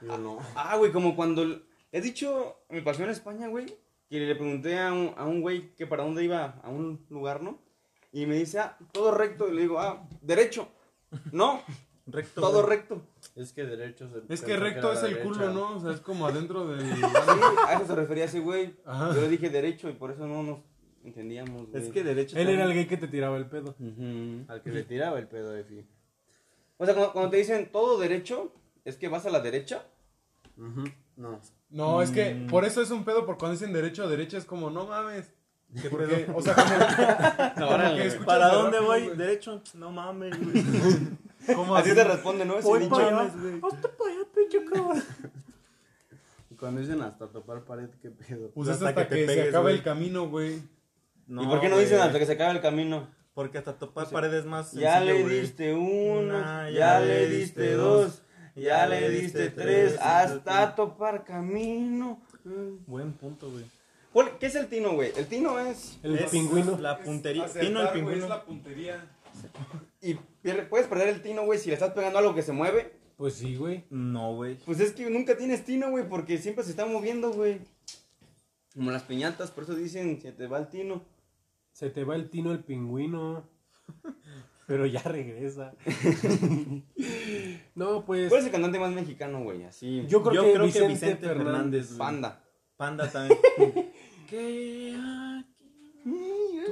Yo no.
Ah, güey, como cuando... el- He dicho, me pasó en España, güey, que le pregunté a un, a un güey que para dónde iba, a un lugar, ¿no? Y me dice, ah, todo recto. Y le digo, ah, derecho. No,
Recto.
todo
güey.
recto.
Es que derecho se
Es
pensó
que recto
era
es
la
el
derecha.
culo, ¿no? O sea, es como adentro del.
Sí, a eso se refería ese güey.
Ajá.
Yo le dije derecho y por eso no nos entendíamos, güey.
Es que derecho.
Él era el
también.
gay que te tiraba el pedo.
Ujú.
Al que le tiraba el pedo de fi.
O sea, cuando, cuando te dicen todo derecho, es que vas a la derecha.
No.
No, es
Mm.
que por eso es un pedo, porque cuando dicen derecho a derecha es como, no mames. Porque, o sea, como. como
Órale,
que escuchas
¿Para
de
dónde
rápido,
voy?
güey.
Derecho. No mames, güey.
¿Cómo
Así te responde, ¿no? Ese
Voy
dicho.
para allá. Hasta para allá, pinche cabrón.
Y cuando dicen hasta topar pared, qué pedo.
Pues es
Hasta
hasta,
que
que,
te
se
pegues,
acaba
güey.
el camino, güey.
¿Y por qué no
güey.
dicen hasta que se acabe el camino?
Porque hasta topar paredes más
Ya
sencillo,
le
güey.
diste uno,
Una,
ya le diste dos, ya le diste tres, hasta
hasta
topar camino.
Buen punto, güey.
¿Cuál- ¿Qué es el tino, güey? El tino es...
El
Es
pingüino.
La puntería. Tino el pingüino.
puntería.
Y pier- puedes perder el tino, güey, si le estás pegando algo que se mueve.
Pues sí, güey.
No, güey.
Pues es que nunca tienes tino, güey, porque siempre se está moviendo, güey. Como las piñatas, por eso dicen, se te va el tino.
Se te va el tino el pingüino. Pero ya regresa. no, pues.
¿Cuál es el cantante más mexicano, güey? Así,
yo creo,
Yo
que,
creo
Vicente
que Vicente
Fernández.
Fernández. güey.
panda.
Panda también.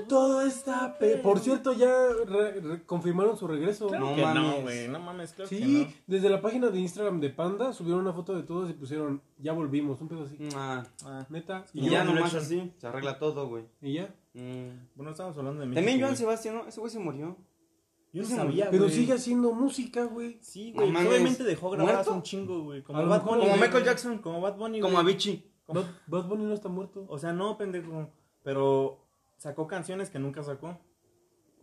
Todo está. pe- Por cierto, ya re- re- confirmaron su regreso.
Claro.
No
No mames.
mames, güey. No mames, claro que
Sí,
no.
desde la página de Instagram de Panda subieron una foto de todos y pusieron ya volvimos, un pedo así.
Ah,
Ah,
Neta,
y
y
ya
ya.
One
nomás
Direction.
así, se arregla todo, güey.
Y ya.
Mm.
bueno, estamos hablando de México.
También Joan
güey.
Sebastián, ¿no? Ese güey se murió.
Yo no
Ese
sabía,
Pero
güey.
sigue haciendo música, güey.
Sí,
No
güey.
mames.
Obviamente dejó grabadas
¿Muerto?
un chingo, güey.
A
Como
lo
Bad
mejor.
Bunny.
Como
güey.
Michael Jackson.
Como Bad Bunny,
Como
güey.
Avicii.
Bad, Bad Bunny no está muerto.
O sea, no, pendejo. Pero sacó canciones que nunca sacó.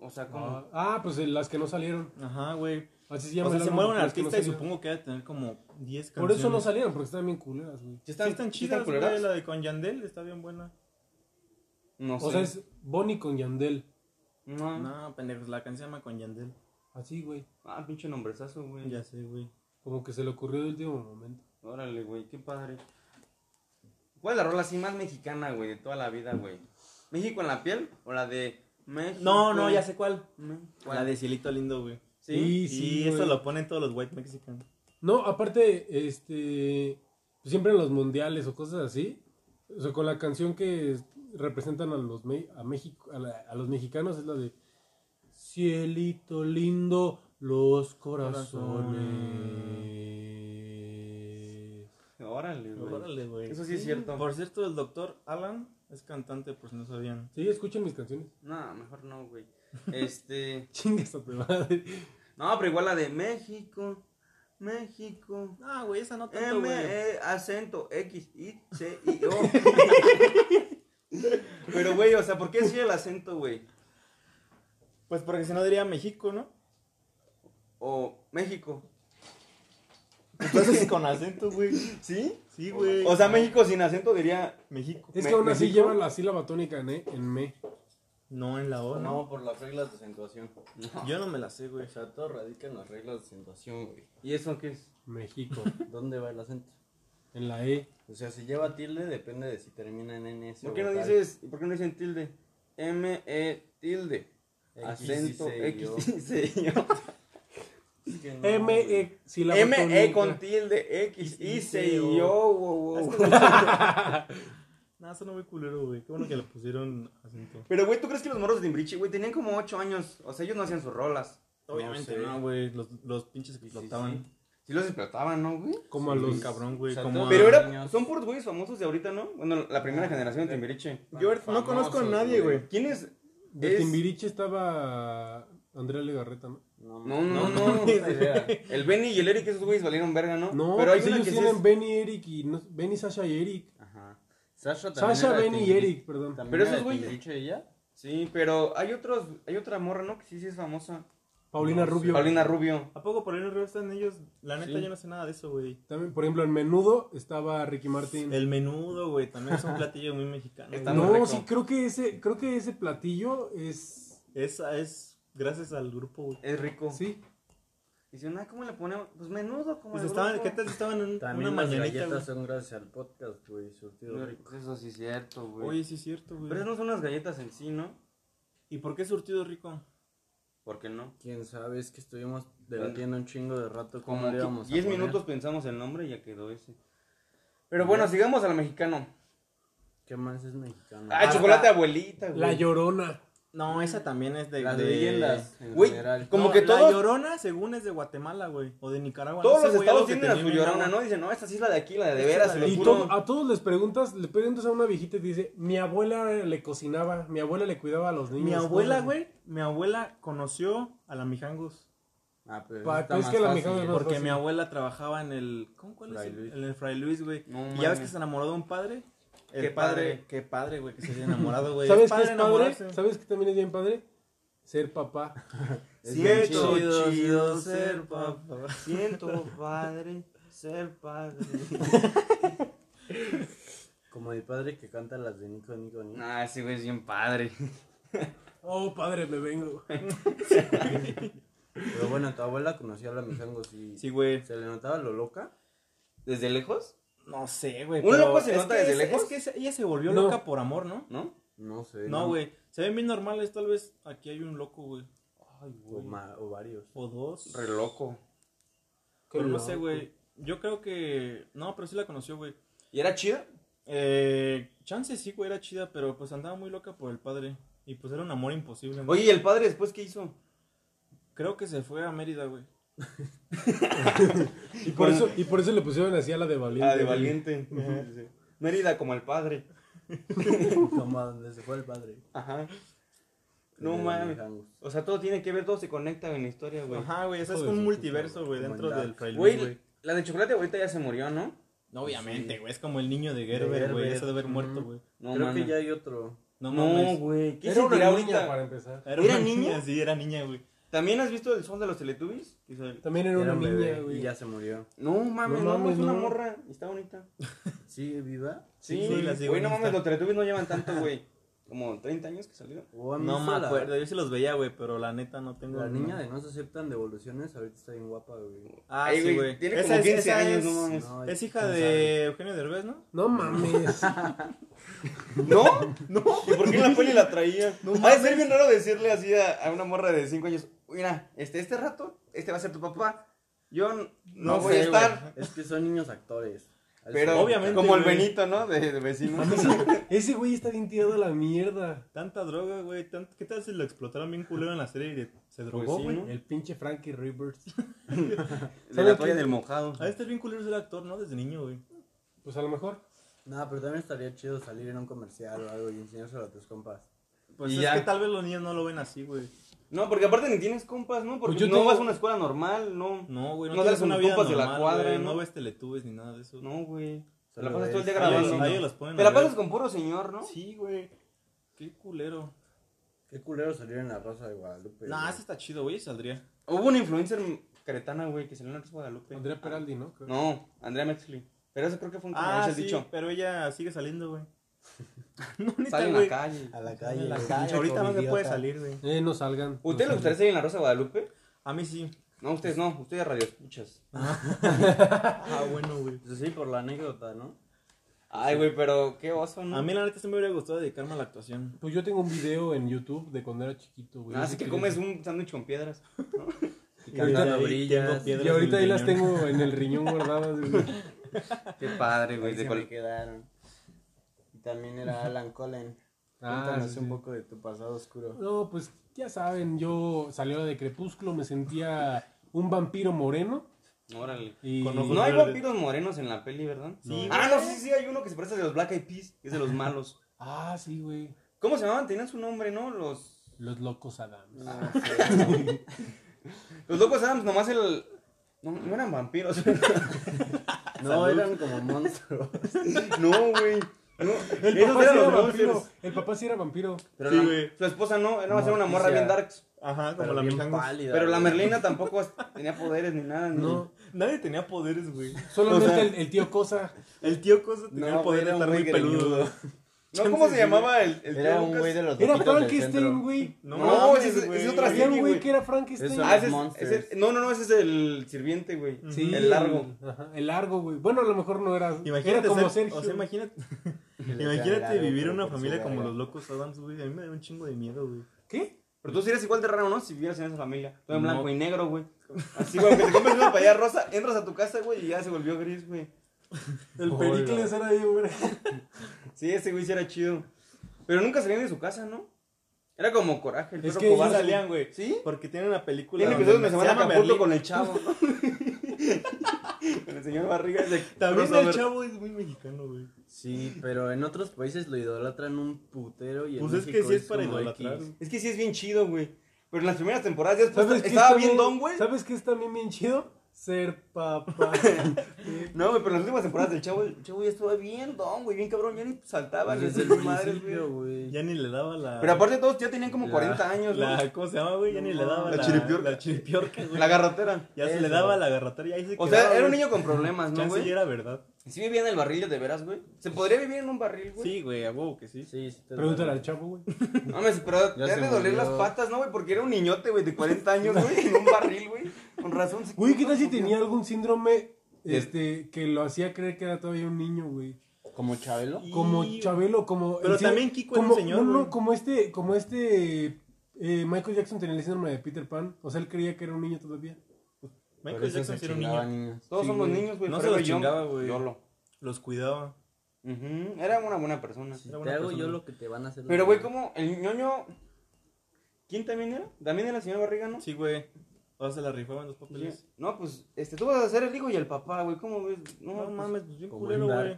O sea, como...
Ah, ah, pues eh, las que no salieron.
Ajá, güey.
Así se
O
llama.
sea,
el
se
álbum,
muere un
las que no
artista y
salieron.
supongo que va a tener como 10 canciones.
Por eso no salieron, porque están bien culeras, güey.
¿Ya
Sí están
¿sí
chidas, güey.
culeras?
La de con Yandel está bien buena.
No sé.
O sea, es Bonnie con Yandel.
No.
No, pendejos, la canción se llama con Yandel.
Así, güey.
Ah, pinche nombrezazo, güey.
Ya sé, güey.
Como que se le ocurrió de último momento.
Órale, güey, qué padre. ¿Cuál es la rola así más mexicana, güey, de toda la vida, güey? ¿México en la piel o la de México?
No, no, ya sé cuál.
Mm, ¿cuál?
La de Cielito Lindo, güey.
¿Sí?
Y sí, eso lo ponen todos los white mexicanos.
No, aparte, este. Siempre en los mundiales o cosas así. O sea, con la canción que representan a los, me- a México, a, la- a los mexicanos es la de Cielito lindo, los corazones.
Órale, güey.
Órale, güey.
Eso sí es cierto.
Por cierto, el doctor Alan es cantante, por si no sabían.
Sí, escuchen mis canciones.
No, mejor no, güey. Este.
Chingas a tu madre.
No, pero igual la de México. México.
No, güey, esa no tanto,
M,
güey.
E, acento, X, I, C, I, O. Pero, güey, o sea, ¿por qué decir el acento, güey?
Pues porque si no diría México, ¿no?
O México.
Entonces con acento, güey.
¿Sí?
Sí, güey.
O sea, México sin acento diría.
México.
Es
Me-
que aún así
México.
lleva la sílaba tónica en, E, en me.
No, en la O,
No, por las reglas de acentuación.
Yo no me la sé, güey.
O sea, todo radica en las reglas de acentuación, güey. ¿Y eso qué es?
México.
¿Dónde va el acento?
En la E.
O sea, si lleva tilde, depende de si termina en NS.
¿Por qué no
vocal.
dices, por qué no dicen tilde? M, E, tilde.
X,
Acento,
sí,
X,
yo.
I, C, I, O.
Es que no,
M,
güey.
E, sílaba
M, E
tónica.
con tilde, X,
I, C,
I, C, I, O. wow, wow.
Nada, eso no muy culero, güey. Qué bueno que le pusieron acento.
Pero, güey, ¿tú crees que los morros de Imbrichi, güey, tenían como 8 años? O sea, ellos no hacían sus rolas.
Obviamente,
sé.
no, güey. los, los pinches
Sí, sí,
explotaban.
sí.
Sí los explotaban, ¿no, güey?
Como a
Los
los
cabrón, güey.
O sea,
como
todo-
a-
Pero era,
niños.
son puros güeyes famosos de ahorita, ¿no? Bueno, la primera generación de Timbiriche.
Yo no conozco a nadie, güey.
¿Quién es?
De
Es-
Timbiriche estaba Andrea Legarreta, ¿no?
No, no, no. El Benny y el Eric, esos güeyes valieron verga, ¿no?
No,
pero hay
pues
una
ellos
que sí
tienen
es-
Benny, Eric y... no- Benny, Sasha y Eric.
Ajá. Sasha también.
Sasha,
era de
Benny y
Timbiriche.
Eric, perdón.
¿También
Pero
era
esos
de
güeyes-
Timbiriche ella?
Sí, pero hay otros, hay otra morra, ¿no? Que sí, sí es famosa.
Paulina Rubio.
Paulina Rubio.
¿A poco por ahí arriba están ellos? La neta, yo no sé nada de eso, güey.
También, por ejemplo, en Menudo estaba Ricky Martin.
El menudo, güey. También es un platillo muy mexicano.
Está
güey.
muy rico.
No, sí, creo que ese, creo que ese platillo es...
Esa es gracias al grupo, güey.
Es rico.
Sí.
Dicen, ah, ¿cómo le ponemos? Pues menudo, como
Pues
el
estaban,
grupo.
¿qué tal si estaban en
También
una
las
mañanita,
galletas
güey?
son gracias al podcast, güey. Surtido rico.
Eso sí es cierto, güey.
Oye, sí es cierto, güey.
Pero esas no son unas galletas en sí, ¿no?
¿Y por qué surtido rico?
¿Por qué no?
Quién sabe, es que estuvimos debatiendo un chingo de rato cómo
Como
le íbamos a
10
poner.
minutos pensamos el nombre y ya quedó ese. Pero bueno, sigamos al mexicano.
¿Qué más es mexicano?
Ah,
la-
chocolate abuelita, güey.
La Llorona.
No, esa también es de.
Las
de-
leyendas en
Güey,
general.
como
No,
que
La
todos-
Llorona, según es de Guatemala, güey. O de Nicaragua.
Todos
no
los
sé, güey, algo
estados
que
tienen a su
termina en
llorona,
agua.
¿no? Dicen, no, esta sí es la de aquí, la
Esta
de
es
veras,
la
se
de-
lo
Y
juro.
to- a todos les preguntas, le preguntas a una viejita y te dice, mi abuela le cocinaba, mi abuela le cuidaba a los niños.
Mi
cosas
abuela,
así.
güey. Mi abuela conoció a la Mijangos.
Ah, pero
Pa-
está
es
más
que la
fácil,
mijada es
¿eh?
más-
Porque
fácil.
mi abuela trabajaba en el. ¿Cómo cuál
Fray
es? el-
Luis.
En el Fray Luis, güey.
No
y ya ves
mames.
que se enamoró de un padre. El
Qué padre.
Qué padre, güey, que se haya enamorado, güey.
¿Sabes qué es padre?
enamorarse.
¿Sabes qué también es bien padre? Ser papá.
Es
Siento
bien
Qué
chido.
chido,
chido
chido
ser
ser papá.
Siento padre ser padre.
Como mi padre que canta las de Nico, Nico, Nico.
nah, ese güey es bien padre.
Oh, padre, me vengo.
Pero bueno, tu abuela conocía a la Mijangos y
Sí, güey.
se le notaba lo loca.
¿Desde lejos?
No sé, güey.
¿Un
pero
loco se
es
nota
que
desde
es-
lejos?
Es que se- ella se volvió
No.
loca por amor, ¿no?
¿No?
No sé.
No, güey. Se ven bien normales, tal vez aquí hay un loco, güey.
O, ma- o varios.
O dos.
Re loco.
Pero no
loco.
sé, güey. Yo creo que. No, pero sí la conoció, güey.
¿Y era chida?
Eh, chance sí, güey, era chida, pero pues andaba muy loca por el padre. Y pues era un amor imposible, ¿no?
Oye, ¿y el padre después qué hizo?
Creo que se fue a Mérida, güey.
Y por, eso, y por eso le pusieron así a la de valiente.
Ah, de
güey.
valiente. Sí. Mérida como el padre.
Como a donde se fue el padre.
Ajá. No
De la
mames.
Mijangos.
O sea, todo tiene que ver, todo se conecta en la historia, güey.
Ajá, güey, eso es
Hijo de
un
su
multiverso, güey,
Como
dentro
en Dark.
del Fray Luis,
Güey,
güey.
la de chocolate ahorita ya se murió, ¿no?
No, obviamente, güey, es como el niño de Gerber,
Gerber.
güey, ese de haber muerto, güey.
No,
Creo
mames.
que ya hay otro.
No,
No,
mames.
güey. ¿Qué
Era una
sentirá
niña
ahorita?
para empezar.
Era,
¿Era
una niña?
niña?
sí, era niña, güey.
¿También has visto el son de los Teletubbies?
También era una
un
niña,
bebé
güey.
y ya se murió.
No mames,
No
no,
mames,
es una
no.
morra. y Está bonita.
¿Sigue viva?
Sí,
Sí,
sí, la sigo
güey,
en
no mames,
Insta.
los Teletubbies no llevan tanto, güey. Como 30 años que salió.
O a mí
No
hizo
me
la-
acuerdo, yo sí los veía, güey, pero la neta no tengo.
La niña de no se aceptan devoluciones ahorita está bien guapa, güey.
Ah,
Ay,
sí, güey.
Tiene
Esa
como
es-
15
esa
años,
es-
no mames.
No,
Es
quién
hija
sabe.
de Eugenio Derbez, ¿no?
No mames.
¿No? ¿No? ¿Y por qué en la peli la traía? Ha de ser bien raro decirle así a, a una morra de 5 años, mira, este, este rato, este va a ser tu papá. Yo n- no, voy a
sé, güey.
estar.
Es que son niños actores.
Pero
Obviamente,
como el
güey.
Benito, ¿no? De, de vecino.
Ese güey está bien tirado a la mierda.
Tanta droga, güey. tant- ¿Qué tal si lo explotaron bien culero en la serie y de- se drogó,
sí,
güey?
¿no?
El pinche Frankie Rivers.
De la toalla del mojado.
Ah, este es bien culero ser actor, ¿no? Desde niño, güey.
Pues a lo mejor.
No, pero también estaría chido salir en un comercial o algo y enseñárselo a tus compas.
Pues
Y
es
ya.
que tal vez los niños no lo ven así, güey.
No, porque aparte ni tienes compas, ¿no? Porque
Pues yo
no
tengo-
vas a una escuela normal, no.
No, güey, no,
No
tienes
sales con
una
tus
vida
compas de la
normal,
cuadra,
güey,
¿no?
No ves teletubes ni nada de eso.
No, güey. Te la
Solo
pasas todo el día
ves- a ellos-
grabando.
a ellos los ponen
Te
a
la
ver.
pasas con puro señor, ¿no?
Sí, güey. Qué culero.
Qué culero salir en la Rosa de Guadalupe.
nah,
güey.
ese está chido, güey, saldría.
Hubo una influencer caretana, güey, que salió en la Rosa de Guadalupe.
Andrea Peraldi, ¿no? Creo.
No, Andrea Mexley. Pero eso creo que fue un
Ah,
comercial
sí,
dicho.
pero ella sigue saliendo, güey. no, ni
Sale en la
güey.
calle.
A la
Sale
calle.
en la
güey,
calle.
pinche
Ahorita no se puede
covidiota.
salir, güey.
Eh, no salgan. no
¿Ustedes les
salgan.
gustaría salir en la Rosa de Guadalupe?
A mí sí.
No, ustedes no. Ustedes radio escuchas.
Ah, bueno, güey.
Pues sí, por la anécdota, ¿no?
Ay, güey, pero qué oso, ¿no?
A mí la neta sí me hubiera gustado dedicarme a la actuación.
Pues yo tengo un video en YouTube de cuando era chiquito, güey.
Ah,
Así
así que comes un sándwich con piedras.
Y
ahorita
cantando
ahí
brillas.
tengo piedra.
Y ahorita ahí
en el
las
riñón.
tengo en el riñón guardadas. güey.
Qué padre,
Ahí
güey.
se
De
me
cual-
quedaron. Y también era Alan Cullen.
Ah,
Cuéntanos
sí,
un
sí.
poco de tu pasado oscuro.
No, pues ya saben, yo salí de Crepúsculo, me sentía un vampiro moreno.
Órale.
Y...
Con ojos
No hay
verdes.
vampiros morenos en la peli, ¿verdad?
Sí,
Ah, no, sí, sí, hay uno que se parece a los Black Eyed Peas, que es de los malos.
Ah, sí, güey.
¿Cómo se llamaban? Tenían su nombre, ¿no? Los.
Los locos Adams.
Los locos Adams, nomás el. No, no eran vampiros.
No, eran como monstruos.
no, güey. No,
El
esos
papá sí
eran
era
los
vampiro.
monsters.
El papá sí era vampiro.
Pero
Sí,
la-
güey.
su esposa no, era más era una morra
Morticia.
bien darks.
Ajá, como
Pero
la
bien
Mijangos.
pálida,
Pero la
güey.
Merlina tampoco tenía poderes ni nada. Ni...
No.
Nadie tenía poderes, güey.
Solamente
O sea,
el, el tío Cosa.
El tío Cosa tenía
No,
el poder
güey,
de
era un
estar
güey
muy peludo.
greñudo.
No, ¿cómo se llamaba el, el
Era este,
tío
un
Lucas?
güey de los
Era
loquitos del
Frankenstein,
centro.
güey.
No,
mames,
ese es- ese es otra
Había un
serie,
güey
güey.
que era Frankenstein.
Eso-
Ah, ese es-
Monsters.
ese- no, no, no, ese es el sirviente, güey.
Sí,
el largo.
El, ajá, el largo, güey. Bueno, a lo mejor no era.
Imagínate
era como
ser-
Sergio.
o sea, imagínate,
le hacía
imagínate
largo,
vivir
pero
en una
por su
familia como
pues, verga.
los locos Adams, güey. A mí me da un chingo de miedo, güey.
¿Qué?
Pero tú serías igual de raro, ¿no? Si vivieras en esa familia. Todo en
No.
blanco y negro, güey. Así, güey, que te compras una payada rosa, entras a tu casa, güey, y ya se volvió gris, güey.
El Pericles era ahí, güey.
Sí, ese güey sí era chido. Pero nunca salían de su casa, ¿no? Era como coraje, el
Es
perro
que ellos
cobarde.
salían, güey.
¿Sí?
Porque tiene una película.
Tiene
donde
episodios donde se
se
van a
llama Merlín.
Acapulco con el chavo. con el señor Barriga. De
También el
crossover.
chavo es muy mexicano, güey.
Sí, pero en otros países lo idolatran un putero y en
Pues es que
México
sí es para
como
idolatrar.
X. Pues
Es que sí es bien chido, güey. Pero en las primeras temporadas ya después
¿Sabes qué
estaba
está
bien don, güey.
¿Sabes qué es también bien chido? Ser papá.
No, güey, pero en las últimas temporadas del chavo, el chavo ya estaba bien don, güey, bien cabrón, ya ni saltaba,
Pues
ni
desde
hacía
el
madres, güey.
principio, güey.
Ya ni le daba la.
Pero aparte todos ya tenían como
La-
40 años, ¿no? La,
la ¿Cómo se llama, güey? Ya ni le daba
La
la.
chiripiorca.
La chiripiorca, güey.
garrotera.
Ya se
Eso.
le daba la garratera y ahí se
O
quedaba,
sea, era un
güey.
niño con problemas, ¿no,
Chance
güey?
ya era verdad.
Si vivía en el barril de veras, güey. ¿Se podría vivir en un barril, güey?
Sí, güey, a huevo que sí.
Sí, sí te
Pregúntale
duele.
al chavo, güey.
No, mames, pero
Ya
ya
se
le doler
murió.
las patas, ¿no, güey? Porque era un niñote, güey, de 40 años, güey, en un barril, güey. Con razón. se-
Güey, ¿qué tal si tenía algún síndrome este, que lo hacía creer que era todavía un niño, güey?
Como Chabelo.
Y-
Como Chabelo, como.
Pero
el sí-
también Kiko era
como-
un señor,
No,
güey.
no, como este. Como este eh, Michael Jackson tenía el síndrome de Peter Pan. O sea, él creía que era un niño todavía.
Por
Michael
eso
Jackson
se
sí era un
chingaba
niño.
niños.
Todos
Sí,
somos
güey.
niños, güey.
No se
forever
los
young.
chingaba, güey.
Yolo.
Los cuidaba.
Ujú, Era una buena persona.
Si
Era
te
buena
hago yo
persona.
lo que te van a hacer.
Pero,
los
güey,
demás.
¿cómo? El ñoño... ¿Quién también era? ¿También era el señor Barriga, no?
Sí, güey. O sea, se la rifaban los papeles.
No, pues, este, tú vas a ser el hijo y el papá, güey. ¿Cómo ves? No,
No
pues-
mames, pues bien
como
culero, güey.
en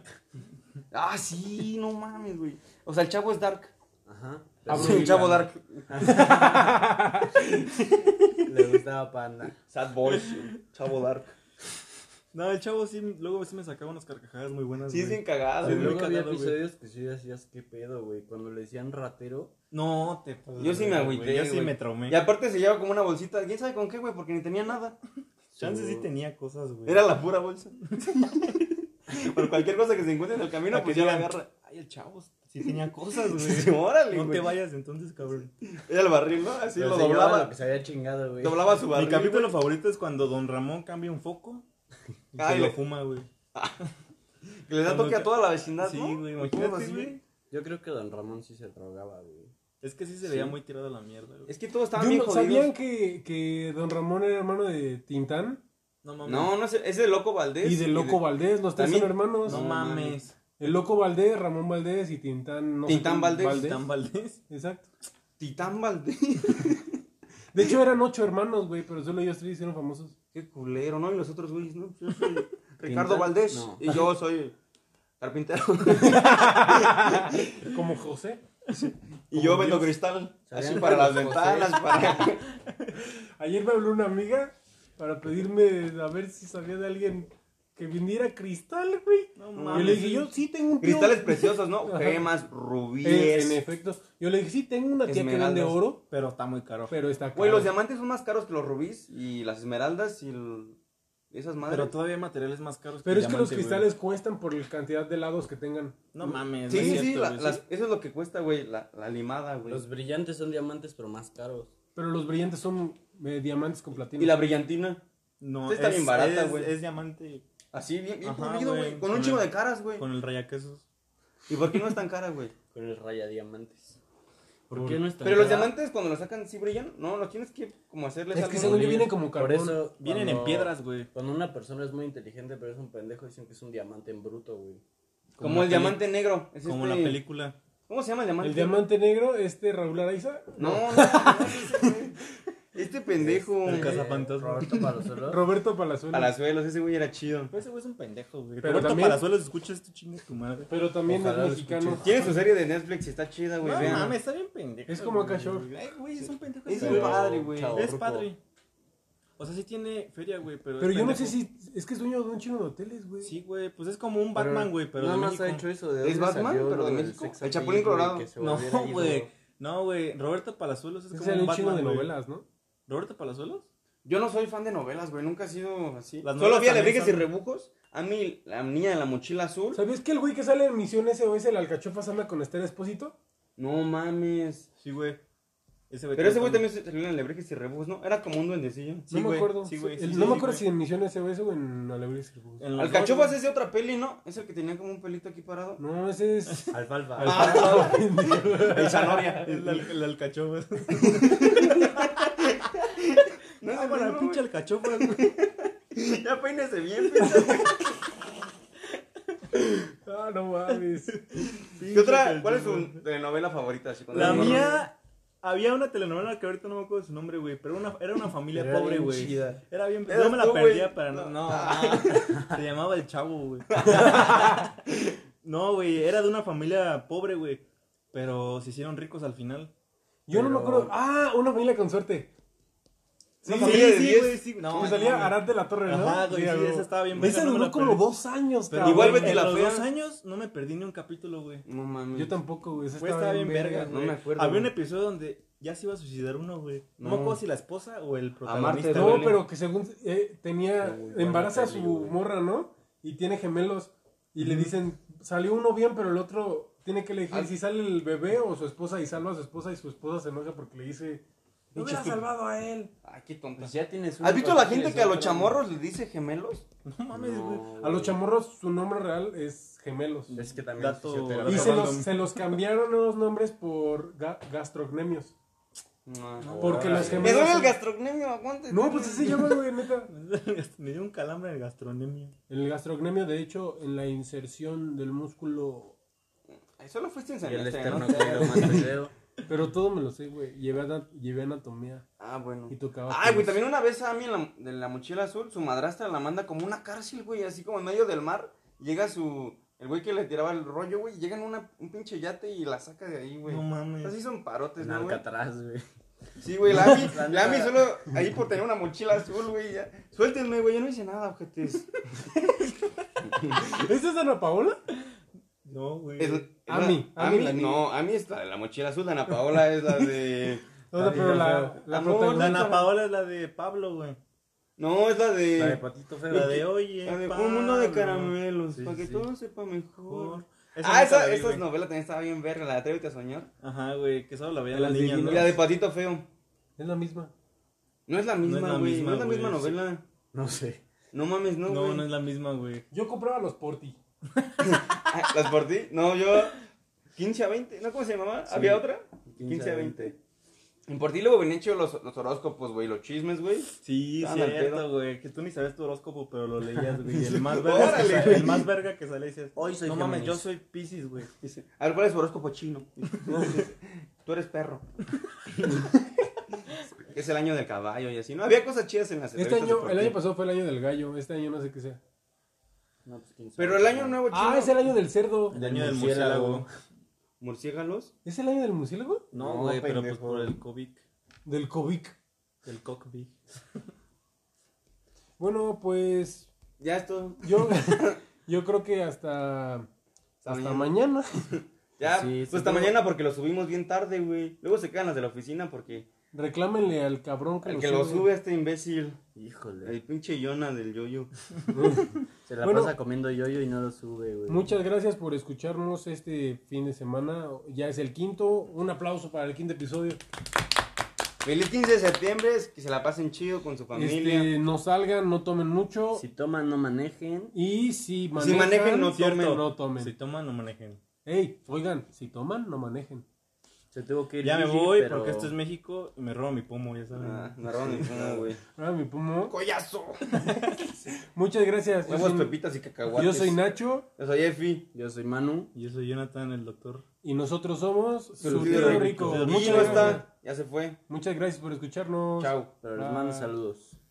Ah, sí, no mames, güey. O sea, el chavo es dark.
Ajá.
Ah,
Sí, el chavo dark.
Le gustaba panda.
Sad boy. Chavo dark.
No, el chavo sí, luego sí me sacaba unas carcajadas muy buenas,
Sí, es
güey.
bien cagado,
Sí,
Pero
güey.
luego había
cagado, güey.
episodios que sí decías, qué pedo, güey. Cuando le decían ratero.
No, te pases
Yo
de
sí me
verga, güey.
agüité,
Yo sí
güey.
me traumé.
Y aparte se lleva como una bolsita. ¿Quién sabe con qué, güey? Porque ni tenía nada.
Chance sí tenía cosas, güey.
Era la pura bolsa. Por cualquier cosa que se encuentre en el camino,
Para
pues
que
ya la
digan,
agarra.
Ay, el chavo sí tenía cosas,
Sí,
güey.
órale,
no
güey.
te vayas entonces, cabrón.
Era el barril, ¿no? Así
Pero
lo
pues se llevaba
doblaba.
Lo que se había chingado, güey.
Doblaba su
Mi
barril.
capítulo favorito es cuando Don Ramón cambia un foco y
Ay,
se lo
le-
fuma, güey.
güey, Que le da
Cuando
toque a
ca-
toda la vecindad,
Sí,
¿no?
güey,
Todos
imagínate,
así,
güey.
Yo creo que Don Ramón sí se drogaba, güey.
Es que sí se veía muy tirado a la mierda, güey.
Es que todos estaban
Yo
bien
no-
jodidos.
¿Sabían que, que Don Ramón era hermano de Tintán?
No mames.
No, no sé, es de Loco Valdés.
Y de Loco Valdés, los tres son
También-
hermanos.
No
No
mames.
El Loco Valdés, Ramón Valdés y Tintán. No sé
Tintán
cómo,
Valdés,
Tan Valdés.
Exacto.
Titán Valdés.
De hecho, eran ocho hermanos, güey, pero solo ellos tres hicieron famosos.
Qué culero, ¿no? Y los otros güeyes, ¿no? Pues Yo soy Ricardo
¿Pintan?
Valdés
No.
y yo soy carpintero.
Como José.
Y yo vendo cristal, así para las ventanas, para...
Ayer me habló una amiga para pedirme a ver si sabía de alguien que viniera cristal, güey.
No
y
mames.
le dije, yo sí tengo un tío.
Ah, Cristales preciosos, ¿no?
Ajá.
Gemas,
Eh, En,
rubíes.
efecto. Yo le dije, sí tengo una tía que vende
Esmeraldas.
oro,
Pero está muy caro.
pero está caro.
Güey, los diamantes son más caros que los rubíes y las esmeraldas y el- esas madres.
Pero todavía hay materiales más caros
Pero es que los
diamante, güey.
cristales cuestan por la cantidad de lados que tengan.
No mames,
sí,
no es
sí,
cierto,
la-
güey,
las- eso es lo que cuesta, güey, la, la limada, güey.
Los brillantes son diamantes, pero más caros.
Pero los brillantes son eh, diamantes con platino.
Y la brillantina,
No,
Esta está bien barata,
es-
güey.
Es diamante
así bien, bien
Ajá,
pulido,
güey,
güey, con
con
un chingo
el-
de caras, güey.
con el rayaquesos.
¿Y por qué no es tan cara, güey?
Con el raya diamantes. ¿Por, qué no están
Pero los diamantes cuando los sacan sí brillan, no, los tienes que como hacerles
es
algo.
que según yo
brillo.
vienen como
Por
carbón.
eso.
Vienen en
cuando-
piedras, güey.
Cuando una persona es muy inteligente, pero es un pendejo, dicen que es un diamante en bruto, güey.
como,
como
el
la peli-
diamante negro. es
Como
este-
la película.
¿Cómo se llama el diamante?
El diamante negro, este Raúl Araiza.
No, no, no, no, es ese, güey. este pendejo.
El
Palazuelos,
cazafantasma.
Roberto Palazuelos.
Roberto Palazuelos.
ese güey era chido.
Ese güey es un pendejo, güey.
Pero
Pero Roberto
también-
Palazuelos escucha este chingo de tu madre.
Pero también
Ojalá
es
lo
mexicano.
escuches.
Tiene su serie de Netflix y está chida, güey.
No
vean.
mames, está bien pendejo.
Es como
güey.
Cachorro.
Ay, güey, es un pendejo.
Es
ese
un
güey.
padre, güey.
Chao.
Es
ruco.
padre. O sea, sí tiene feria, güey, pero.
Pero
es
yo no sé
pendejo.
si. Es que es dueño de un chingo de hoteles, güey.
Sí, güey, pues es como un Batman, güey, pero.
Nada
de
más
México.
ha hecho eso. ¿De
¿Es
dónde
Batman,
salió
pero
lo
de
del
México?
sex
El
appeal,
Chapulín
güey,
Colorado.
que se
No,
volviera ídolo?
güey. No, güey. Roberto Palazuelos es
Es
como
que sale
un
un chingo
Batman.
de
güey.
novelas, ¿no?
¿Roberto Palazuelos?
Yo no soy fan de novelas, güey. Nunca he sido así.
Las
Solo
novelas
vi a
también
Lebrijes y
son-
Rebujos. A mí, la niña de la mochila azul.
¿Sabías que el güey que sale en Misión SOS, el Alcachofas, anda con Esther Espósito?
No mames.
Sí, güey. Ese güey
Pero ese güey también salió en Lebrijes y Rebujos, ¿no? Era como un duendecillo.
Sí,
no me
güey,
acuerdo.
sí, güey,
El-
sí,
no
sí,
me acuerdo
güey.
si en Misión SOS o en Alebrijes y Rebujos.
En los
Alcachofas
dos,
es de otra peli, ¿no? Es el que tenía como un pelito aquí parado.
No, ese es.
Alfalfa.
El Zanoria.
Ah, El, al- el alcachofas.
No es
Ah,
el
bueno,
mismo,
pinche alcachofas, güey.
güey. Ya peínese bien, pinche.
Ah, no mames.
¿Qué otra? ¿Cuál es su telenovela favorita? así, cuando
La
era morro?
mía. Había una telenovela que ahorita no me acuerdo su nombre, güey, pero una, era una familia
Era
pobre,
bien
güey.
chida.
Era bien.
Eras
Yo me la
tú, güey.
perdía para
No.
no. no,
Ah.
se llamaba El Chavo, güey. no, güey, era de una familia pobre, güey. Pero se hicieron ricos al final.
Yo no me
Pero-
acuerdo. Ah, una familia con suerte.
Una familia de diez.
güey, sí. No,
que
no
salía
mames.
Arad de la Torre, ¿no?
Ajá, güey, sí,
güey.
esa estaba bien
Esa
verga, no me
duró
la
como
perdí.
dos años,
Pero
Igual
güey,
Betty
en
la
los
Fea.
dos años no me perdí ni un capítulo, güey.
No mames.
Yo tampoco, güey. Esa
Fue estaba bien verga,
no
güey.
me acuerdo,
Había un
güey.
episodio donde ya se iba a suicidar uno, güey. No,
No.
me acuerdo si la esposa o el
Amarte
protagonista.
te
No,
güey.
duele.
pero que según eh, tenía.
Muy buena
Embaraza a su
peli, güey.
morra, ¿no? Y tiene gemelos. Y le dicen, salió uno bien, pero el otro tiene que elegir si sale el bebé o su esposa y salva a su esposa y su esposa se enoja porque le dice, no hubiera salvado a él.
Ay, Ah, qué tonta.
Pues ya tienes
¿Has visto a la gente que a los
chamorros
chamorros les dice gemelos?
No mames, güey.
A los chamorros su nombre real es gemelos.
Es que también
Dato-
es fisioterapeuta.
Y
Pero
se los,
random.
se los cambiaron los nombres por ga- gastrognemios.
No.
Porque los
Me
gemelos.
duele el
son-
gastrocnemio, aguante.
No, pues así se llama, güey, neta.
Me dio un calambre en el gastronemia.
El gastrocnemio, de hecho, en la inserción del músculo.
Ay, Solo fuiste en
Y el
semestre, ¿no?
esternocleidomastoideo.
Pero todo me lo sé, güey. Llevé, ana- llevé anatomía
Ah, bueno.
y pues. tocaba.
Ay, güey,
tenis.
también una vez a mí en la, de la mochila azul, su madrastra la manda como una cárcel, güey, así como en medio del mar. Llega su. El güey que le tiraba el rollo, güey, llega en una, un pinche yate y la saca de ahí, güey.
No mames.
Así son parotes,
En
¿no, güey?
Alcatraz, Pues, güey.
Sí, güey, la Ami,
La
la Ami
neta.
solo ahí por tener una mochila azul, güey, ya. Suéltenme, güey, yo no hice nada, ojetes.
¿Esa es Ana Paola?
No, güey.
Es- es la-
Ami, Ami,
la-
Ami.
no, Ami es la de la mochila azul, Ana Paola es la de...
O sea, pero la, la
Amor,
La
protagonista.
Ana Paola es la de Pablo, güey.
No, es la
La de
de...
Patito Feo.
La de oye.
la de
Pablo.
un mundo de caramelos,
Sí,
para que
sí.
todo sepa mejor.
Esa nunca
Ah,
la
esa,
vi,
esa
güey.
novela también estaba bien verga, la de Atrévete a soñar.
Ajá, güey, que solo la veían
De
las
las
niñas,
Y
¿no?
divinas.
la de Patito Feo.
Es la misma.
No es la misma,
la
güey, no
misma,
es la misma
güey, sí.
novela.
No sé.
No mames, no,
No,
güey.
no es la misma, güey.
Yo compraba los Porti.
Ah, ¿Las por ti? No, yo... 15 a 20, ¿no? ¿Cómo se llamaba? ¿Había otra? 15 a 20. Y por ti luego venían chidos los, los horóscopos, güey, los chismes, güey.
Sí,
Estaban al
cierto,
pedo.
güey. Que tú ni sabes tu horóscopo, pero lo leías, güey. y El más verga, que
Órale.
sale, el más verga que sale dices,
Hoy soy
no mames,
Géminis".
yo soy Pisces, güey.
Dice, a ver, ¿cuál es su horóscopo chino? Tú eres perro. es el año del caballo y así. No, había cosas chidas en las
Este
entrevistas
año, el año
deportivas.
pasado fue el año del gallo. Este año no sé qué sea.
No, pues, quién sabe.
Pero el año nuevo chino.
Ah, es el año del cerdo.
El año del
murciélago.
murciélago.
murciélagos.
¿Es el año del murciélago?
No,
No,
güey, pero pues
pendejo.
por el COVID.
Del COVID.
Del COVID.
Bueno, pues
Ya esto.
yo, yo creo que hasta, hasta mañana.
Ya,
Sí,
pues
sí,
hasta
luego-
mañana porque lo subimos bien tarde, güey. Luego se quedan las de la oficina porque
Reclámenle al cabrón que,
el
lo,
que lo sube a este imbécil,
Híjole.
el pinche Yona del yoyo.
Se la
Bueno.
pasa comiendo yoyo y no lo sube, güey.
Muchas gracias por escucharnos este fin de semana. Ya es el quinto. Un aplauso para el quinto episodio.
Feliz 15 de septiembre, es que se la pasen chido con su familia.
Este, no salgan, no tomen mucho.
Si toman, no manejen.
Y si manejan,
manejen, no
cierto,
tomen.
no tomen.
Si toman, no manejen.
Ey, oigan, si toman, no manejen.
Se tuvo que ir.
Ya me
Gigi,
voy
pero-
porque esto es México y me robo mi pomo, ya saben.
Ah, me roban el fumo, güey.
Ah, mi pomo.
¡Collazo!
Muchas gracias. Yo
Huevos,
soy,
pepitas y cacahuates.
yo soy Nacho
Yo soy Efi.
Yo soy Manu.
Yo soy Jonathan, el doctor.
y nosotros somos
Surtido
Surtido
Rico.
Rico.
Surtido
Y
Rico.
Muchas
no
gracias.
está, ya se fue.
Muchas gracias por escucharnos.
Chao.
Pero les mando
Bye.
saludos.